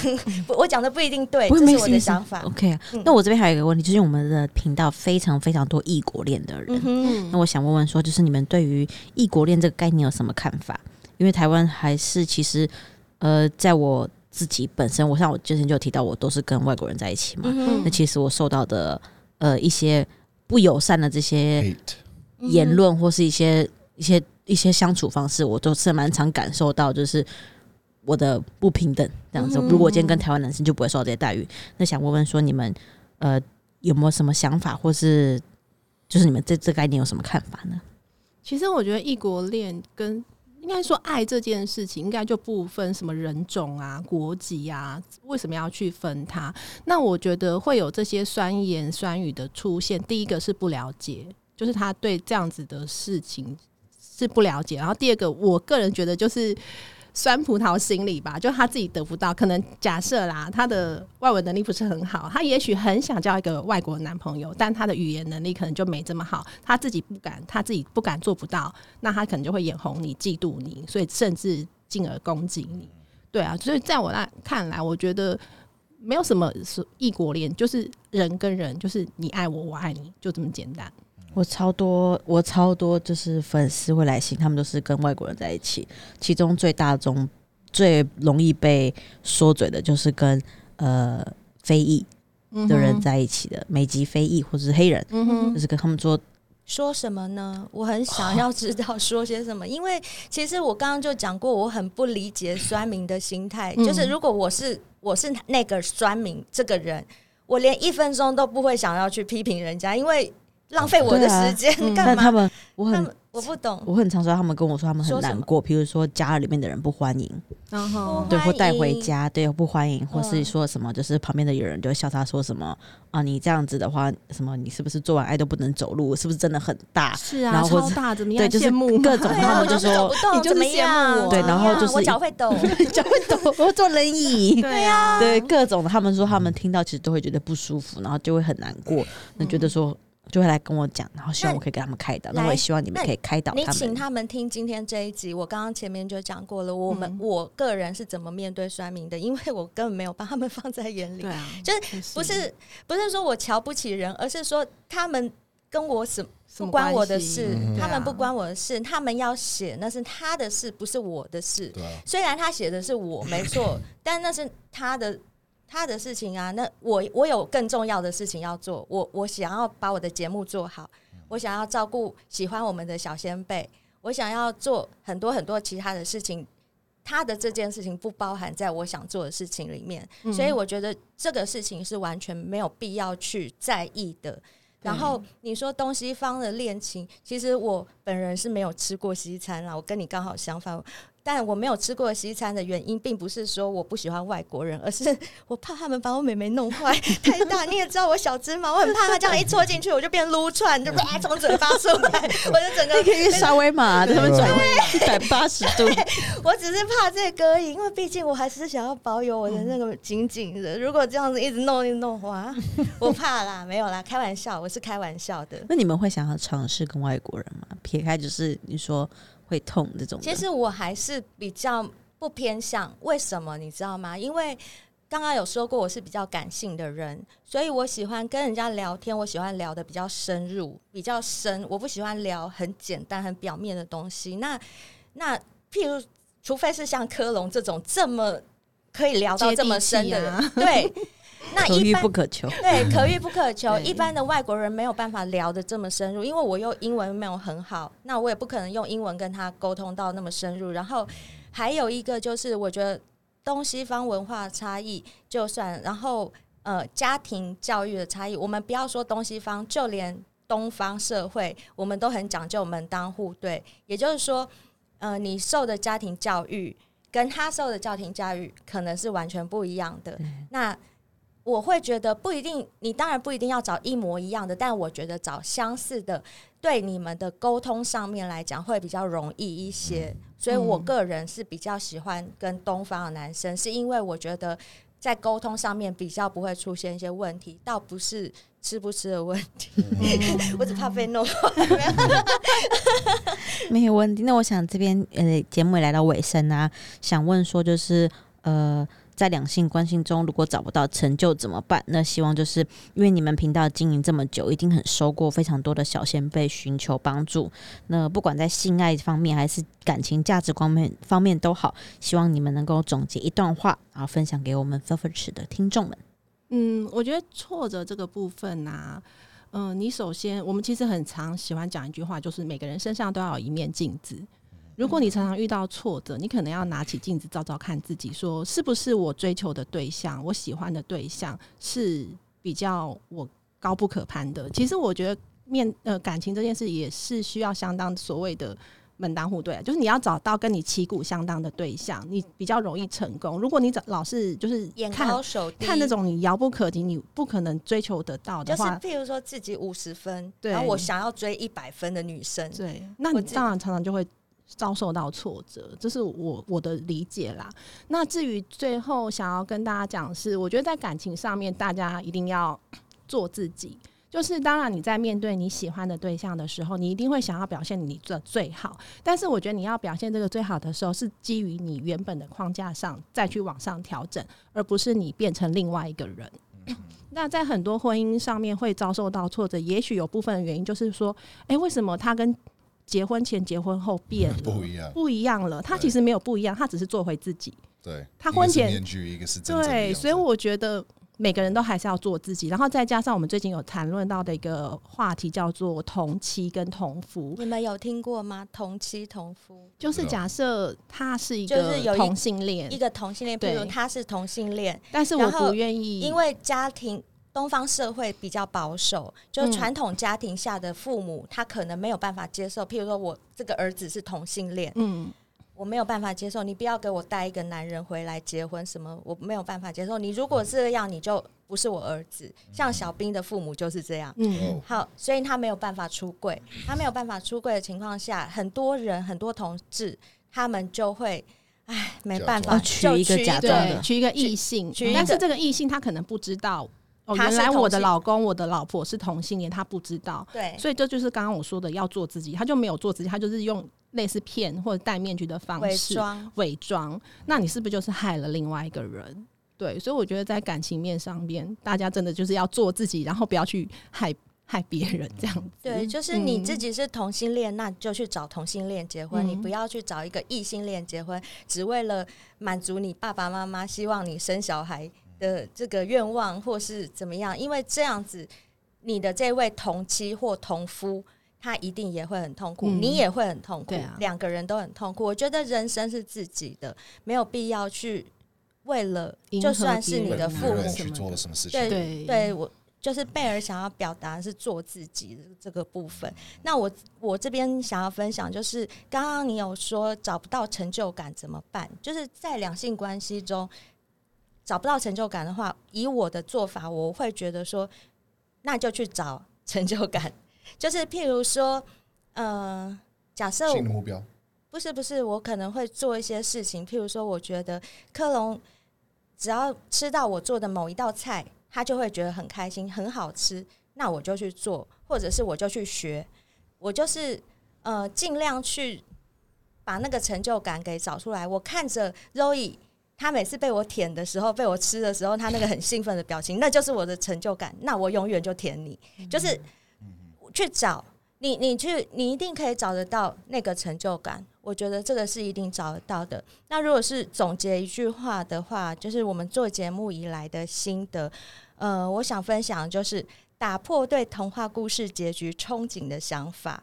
S3: 不，我讲的不一定对，
S1: 不
S3: 这
S1: 会没
S3: 是
S1: 事
S3: 我
S1: 没
S3: 的
S1: 事
S3: 想法。
S1: OK 啊
S3: 嗯。
S1: 那我这边还有一个问题，就是我们的频道非常非常多异国恋的人
S3: 嗯，哼，
S1: 那我想问问说，就是你们对于异国恋这个概念有什么看法？因为台湾还是其实，呃，在我自己本身，我像我之前就有提到，我都是跟外国人在一起嘛。
S3: 嗯哼
S1: 那其实我受到的呃一些不友善的这些
S2: hate
S1: 言论，或是一些一些一些相处方式，我都是蛮常感受到，就是我的不平等这样子。
S3: 嗯哼
S1: 如果我今天跟台湾男生就不会受到这些待遇。那想问问说，你们呃有没有什么想法，或是就是你们对这概念有什么看法呢？
S4: 其实我觉得异国恋跟应该说爱这件事情，应该就不分什么人种啊、国籍啊，为什么要去分它？那我觉得会有这些酸言酸语的出现，第一个是不了解，就是他对这样子的事情是不了解。然后第二个，我个人觉得就是。酸葡萄心理吧，就他自己得不到，可能假设啦，他的外文能力不是很好，他也许很想交一个外国男朋友，但他的语言能力可能就没这么好，他自己不敢，他自己不敢做不到，那他可能就会眼红你、嫉妒你，所以甚至进而攻击你。对啊，所以在我那看来，我觉得没有什么是异国恋，就是人跟人，就是你爱我，我爱你，就这么简单。
S1: 我超多，我超多，就是粉丝会来信，他们都是跟外国人在一起，其中最大宗、最容易被说嘴的就是跟呃非裔的人在一起的，美籍非裔或者是黑人，
S4: 嗯哼，
S1: 就是跟他们说，
S3: 说什么 呢？我很想要知道说些什么，因为其实我刚刚就讲过，我很不理解酸民的心态。
S4: 嗯
S3: 就是如果我是我是那个酸民这个人，我连一分钟都不会想要去批评人家，因为浪费我的
S1: 对啊
S3: 时间
S4: 嗯
S3: 干
S1: 但
S3: 嘛
S1: 他？们我
S3: 他
S1: 很
S3: 们我不懂。
S1: 我很常说，他们跟我说他们很
S3: 说什么
S1: 难过，比如说家里面的人不欢迎，
S4: 然
S3: 后
S4: 后
S1: 对，或带
S3: 欢
S1: 回
S3: 迎
S1: 家，对，不欢迎，或是
S3: 嗯
S1: 说什么，就是旁边的有人就会笑他说什么啊，你这样子的话，什么你是不是做完爱都不能走路，是不是真的很大？
S4: 是
S1: 然
S4: 啊，
S1: 后或
S4: 超
S1: 者
S4: 大怎么样？
S1: 对，就是
S4: 羡慕
S1: 各 种，
S3: 对
S1: 然
S3: 啊，
S1: 后
S3: 我
S1: 我就
S3: 就是搞
S1: 说
S3: 不懂，
S4: 你就是
S3: 怎么
S4: 羡慕
S3: 样
S4: 我
S1: 对然后
S3: 怎么样
S1: 就是
S3: 我脚会抖，
S1: 脚会抖，我坐轮 椅。
S4: 对啊，
S1: 对各种的，他们说他们听到其实都会觉得不舒服，然后就会很难过，那觉得说就会来跟我讲，然后希望
S3: 嗯那
S1: 我可以给他们开导，
S3: 来
S1: 那我也希望你们可以开导
S3: 你
S1: 他
S3: 请
S1: 们。
S3: 他们听今天这一集，我刚刚前面就讲过了，我们、
S4: 嗯
S3: 我个人是怎么面对酸民的，因为我根本没有把他们放在眼里
S4: 对。啊，
S3: 就是不是不是说我瞧不起人，而是说他们跟我什
S4: 什
S3: 不
S4: 么
S3: 关我的
S4: 关系
S3: 事
S2: 嗯，
S3: 他
S4: 对啊
S3: 们不关我的事，他们要写那是他的事，不是我的事。
S2: 对啊，
S3: 虽然他写的是我没错，但那是他的他的事情啊。那我我有更重要的事情要做，我我想要把我的节目做好，我想要照顾喜欢我们的小先辈，我想要做很多很多其他的事情。他的这件事情不包含在我想做的事情里面，
S4: 嗯
S3: 所以我觉得这个事情是完全没有必要去在意的。然后你说东西方的恋情，其实我本人是没有吃过西餐啦，我跟你刚好相反。但我没有吃过西餐的原因，并不是说我不喜欢外国人，而是我怕他们把我妹妹弄坏太大。你也知道我小芝麻，我很怕她这样一戳进去，我就变撸串，就啪从嘴巴出来，我就整个
S1: 可以稍微嘛，他们转一百八十度，
S3: 我只是怕这个，因为毕竟我还是想要保有我的那个紧紧的。如果这样子一直弄一直弄，哇，我怕啦，没有啦，开玩笑，我是开玩笑的。
S1: 那你们会想要尝试跟外国人吗？撇开就是你说会痛这种的，
S3: 其实我还是比较不偏向，为什么你知道吗？因为刚刚有说过我是比较感性的人，所以我喜欢跟人家聊天，我喜欢聊的比较深入、比较深，我不喜欢聊很简单、很表面的东西。那那譬如，除非是像科隆这种这么可以聊到这么深的人，
S4: 接地
S3: 对，那
S1: 啊可
S3: 一
S1: 遇
S3: 般
S1: 不可求。
S3: 对，可遇不可求。
S4: 对
S3: 一般的外国人没有办法聊得这么深入，因为我又英文没有很好，那我也不可能用英文跟他沟通到那么深入。然后还有一个就是，我觉得东西方文化差异就算，然后呃家庭教育的差异，我们不要说东西方，就连东方社会，我们都很讲究门当户对。也就是说，呃，你受的家庭教育跟他受的家庭教育可能是完全不一样的。那我会觉得不一定，你当然不一定要找一模一样的，但我觉得找相似的，对你们的沟通上面来讲会比较容易一些。所以我个人是比较喜欢跟东方的男生，是因为我觉得在沟通上面比较不会出现一些问题，倒不是吃不吃的问题， 我只怕被弄。
S1: 没有问题。那我想这边呃，节目也来到尾声啊，想问说就是呃，在两性关系中，如果找不到成就怎么办？那希望就是因为你们频道经营这么久，一定很收过非常多的小先辈寻求帮助。那不管在性爱方面还是感情价值观面方面都好，希望你们能够总结一段话，然后分享给我们 f u f 的听众们。
S4: 嗯，我觉得挫折这个部分啊，嗯、你首先，我们其实很常喜欢讲一句话，就是每个人身上都要有一面镜子。如果你常常遇到挫折，你可能要拿起镜子照照看自己，说是不是我追求的对象，我喜欢的对象是比较我高不可攀的。其实我觉得面呃感情这件事也是需要相当所谓的门当户对啊，就是你要找到跟你旗鼓相当的对象，你比较容易成功。如果你找老是就是
S3: 眼
S4: 看
S3: 高手低，
S4: 看那种你遥不可及、你不可能追求得到
S3: 就
S4: 的
S3: 是
S4: 话，
S3: 譬如说自己五十分，
S4: 对
S3: 然后我想要追一百分的女生，
S4: 对，那
S3: 我
S4: 你
S3: 自己
S4: 当然常常就会遭受到挫折，这是我我的理解啦。那至于最后想要跟大家讲的是，我觉得在感情上面，大家一定要做自己。就是当然，你在面对你喜欢的对象的时候，你一定会想要表现你的最好。但是我觉得你要表现这个最好的时候，是基于你原本的框架上再去往上调整，而不是你变成另外一个人。
S2: 嗯
S4: 那在很多婚姻上面会遭受到挫折，也许有部分的原因就是说，诶，为什么他跟结婚前、结婚后变了
S2: 不一样
S4: 不一样了？他
S2: 对
S4: 其实没有不一样，他只是做回自己。
S2: 对，
S4: 他
S2: 一个
S4: 婚
S2: 是
S4: 前
S2: 面具，一个是真正的
S4: 对，
S2: 样子
S4: 所以我觉得每个人都还是要做自己，然后再加上我们最近有谈论到的一个话题叫做同妻跟同夫，
S3: 你们有听过吗？同妻同夫，
S4: 就是假设他是一
S3: 就
S4: 个
S3: 是有一
S4: 同性恋
S3: 一，个同性恋，譬如
S4: 对嗯
S3: 他是同性恋，
S4: 但是我
S3: 然后
S4: 不愿意，
S3: 因为家庭。东方社会比较保守，
S4: 嗯
S3: 就是传统家庭下的父母，他可能没有办法接受。譬如说，我这个儿子是同性恋，
S4: 嗯，
S3: 我没有办法接受。你不要给我带一个男人回来结婚，什么我没有办法接受。你如果这样，你就不是我儿子。像小兵的父母就是这样，
S2: 哦
S4: 嗯，
S3: 好，所以他没有办法出柜。他没有办法出柜的情况下，很多人很多同志他们就会，唉，没办法，
S2: 假装
S3: 就
S1: 取一个
S3: 取
S1: 假
S3: 一
S1: 对装
S4: 对
S1: 的，
S4: 娶一个异性
S3: 娶一，
S4: 但
S3: 个
S4: 是这个异性他可能不知道，哦，
S3: 他是
S4: 原来我的
S3: 同性
S4: 老公、我的老婆是同性恋，他不知道，
S3: 对，
S4: 所以这就是刚刚我说的要做自己，他就没有做自己，他就是用类似骗或者戴面具的方
S3: 伪
S4: 式，
S3: 装。
S4: 伪装，那你是不是就是害了另外一个人？对，所以我觉得在感情面上面，大家真的就是要做自己，然后不要去害害别人这样子。
S3: 对，就是你
S4: 嗯
S3: 自己是同性恋，那你就去找同性恋结婚，
S4: 嗯
S3: 你不要去找一个异性恋结婚，只为了满足你爸爸妈妈希望你生小孩的这个愿望，或是怎么样？因为这样子，你的这位同妻或同夫，他一定也会很痛苦，
S4: 嗯
S3: 你也会很痛苦
S4: 对啊，
S3: 两、个人都很痛苦。我觉得人生是自己的，没有必要去为了，
S4: 迎合
S3: 就算是你
S4: 别
S3: 的
S4: 人啊
S3: 父
S2: 每个
S3: 母
S2: 人
S4: 什么
S2: 去
S4: 的
S2: 做了什么事情，
S3: 对
S4: 对
S3: 对，我就是贝尔想要表达的是做自己的这个部分。那我我这边想要分享，就是刚刚你有说找不到成就感怎么办？就是在两性关系中找不到成就感的话，以我的做法，我会觉得说，那就去找成就感。 就是譬如说，呃，假设
S2: 性的目标，
S3: 不是不是，我可能会做一些事情，譬如说，我觉得科隆只要吃到我做的某一道菜，他就会觉得很开心，很好吃，那我就去做，或者是我就去学，我就是呃尽量去把那个成就感给找出来。我看着 Roy。他每次被我舔的时候，被我吃的时候，他那个很兴奋的表情，那就是我的成就感。那我永远就舔你，就是去找你，你去，你一定可以找得到那个成就感。我觉得这个是一定找得到的。那如果是总结一句话的话，就是我们做节目以来的心得，呃，我想分享就是打破对童话故事结局憧憬的想法，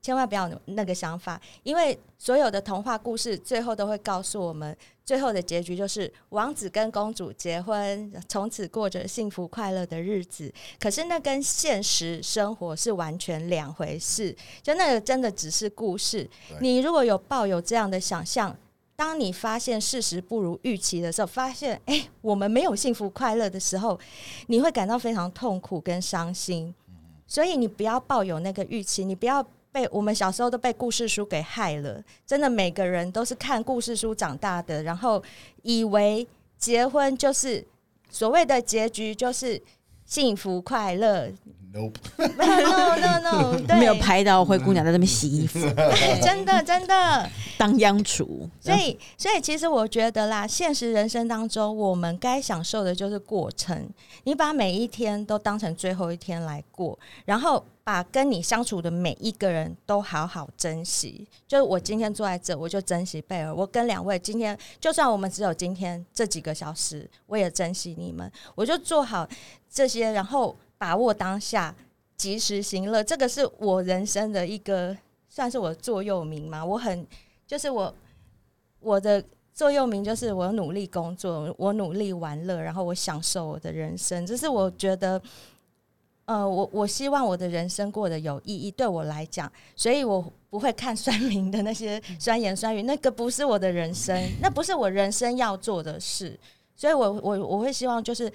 S3: 千万不要有那个想法，因为所有的童话故事最后都会告诉我们，最后的结局就是王子跟公主结婚，从此过着幸福快乐的日子。可是那跟现实生活是完全两回事，就那个真的只是故事
S2: 对。
S3: 你如果有抱有这样的想象，当你发现事实不如预期的时候，发现哎、诶我们没有幸福快乐的时候，你会感到非常痛苦跟伤心。所以你不要抱有那个预期，你不要被我们小时候都被故事书给害了。真的，每个人都是看故事书长大的，然后以为结婚就是所谓的结局，就是幸福 快乐。
S2: Nope，
S3: no no no，对，
S1: 没有拍到灰姑娘在那边洗衣 服
S3: 真的真的。
S1: 当央厨，
S3: 所以，所以其实我觉得啦，现实人生当中，我们该享受的就是过程。你把每一天都当成最后一天来过，然后把跟你相处的每一个人都好好珍惜。就是我今天坐在这，我就珍惜贝尔。我跟两位今天，就算我们只有今天这几个小时，我也珍惜你们。我就做好这些，然后把握当下，及时行乐。这个是我人生的一个，算是我的座右铭嘛。我很。就是我我的座右铭就是我努力工作，我努力玩乐，然后我享受我的人生。这是我觉得，呃，我我希望我的人生过得有意义，对我来讲，所以我不会看酸民的那些酸言酸语，那个不是我的人生，那不是我人生要做的事。所以我我我会希望就是。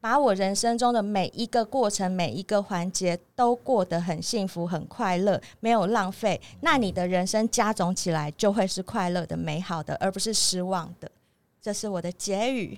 S3: 把我人生中的每一个过程、每一个环节都过得很幸福、很快乐，没有浪费，那你的人生加总起来就会是快乐的、美好的，而不是失望的。这是我的结语。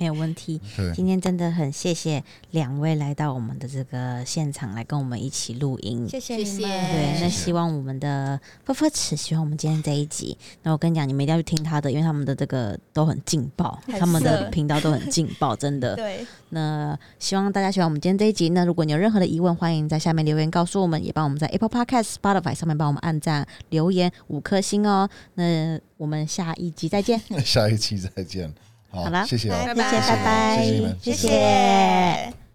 S1: 没有问题。
S2: 对，
S1: 今天真的很谢谢两位来到我们的这个现场，来跟我们一起录音。
S3: 谢谢
S4: 你
S3: 你
S4: 们
S3: 们。
S1: 对，那
S2: 谢
S1: 希望我们的波波池喜欢我们今天这一集。那我跟你讲，你们一定要去听他的，因为他们的这个都很劲爆，
S3: 很
S1: 他们的
S3: 色
S1: 频道都很劲爆，真的。
S3: 对，
S1: 那希望大家喜欢我们今天这一集。那如果你有任何的疑问，欢迎在下面留言告诉我们，也帮我们在 Apple Podcast、Spotify 上面帮我们按赞、留言五颗星哦。那我们下一集再见，
S2: 下一期再见。好
S1: 好啦
S2: 谢谢哦，
S1: 谢
S3: 拜
S1: 谢，
S3: 拜
S1: 拜拜，
S2: 谢谢你们
S3: 谢
S1: 谢
S3: 谢。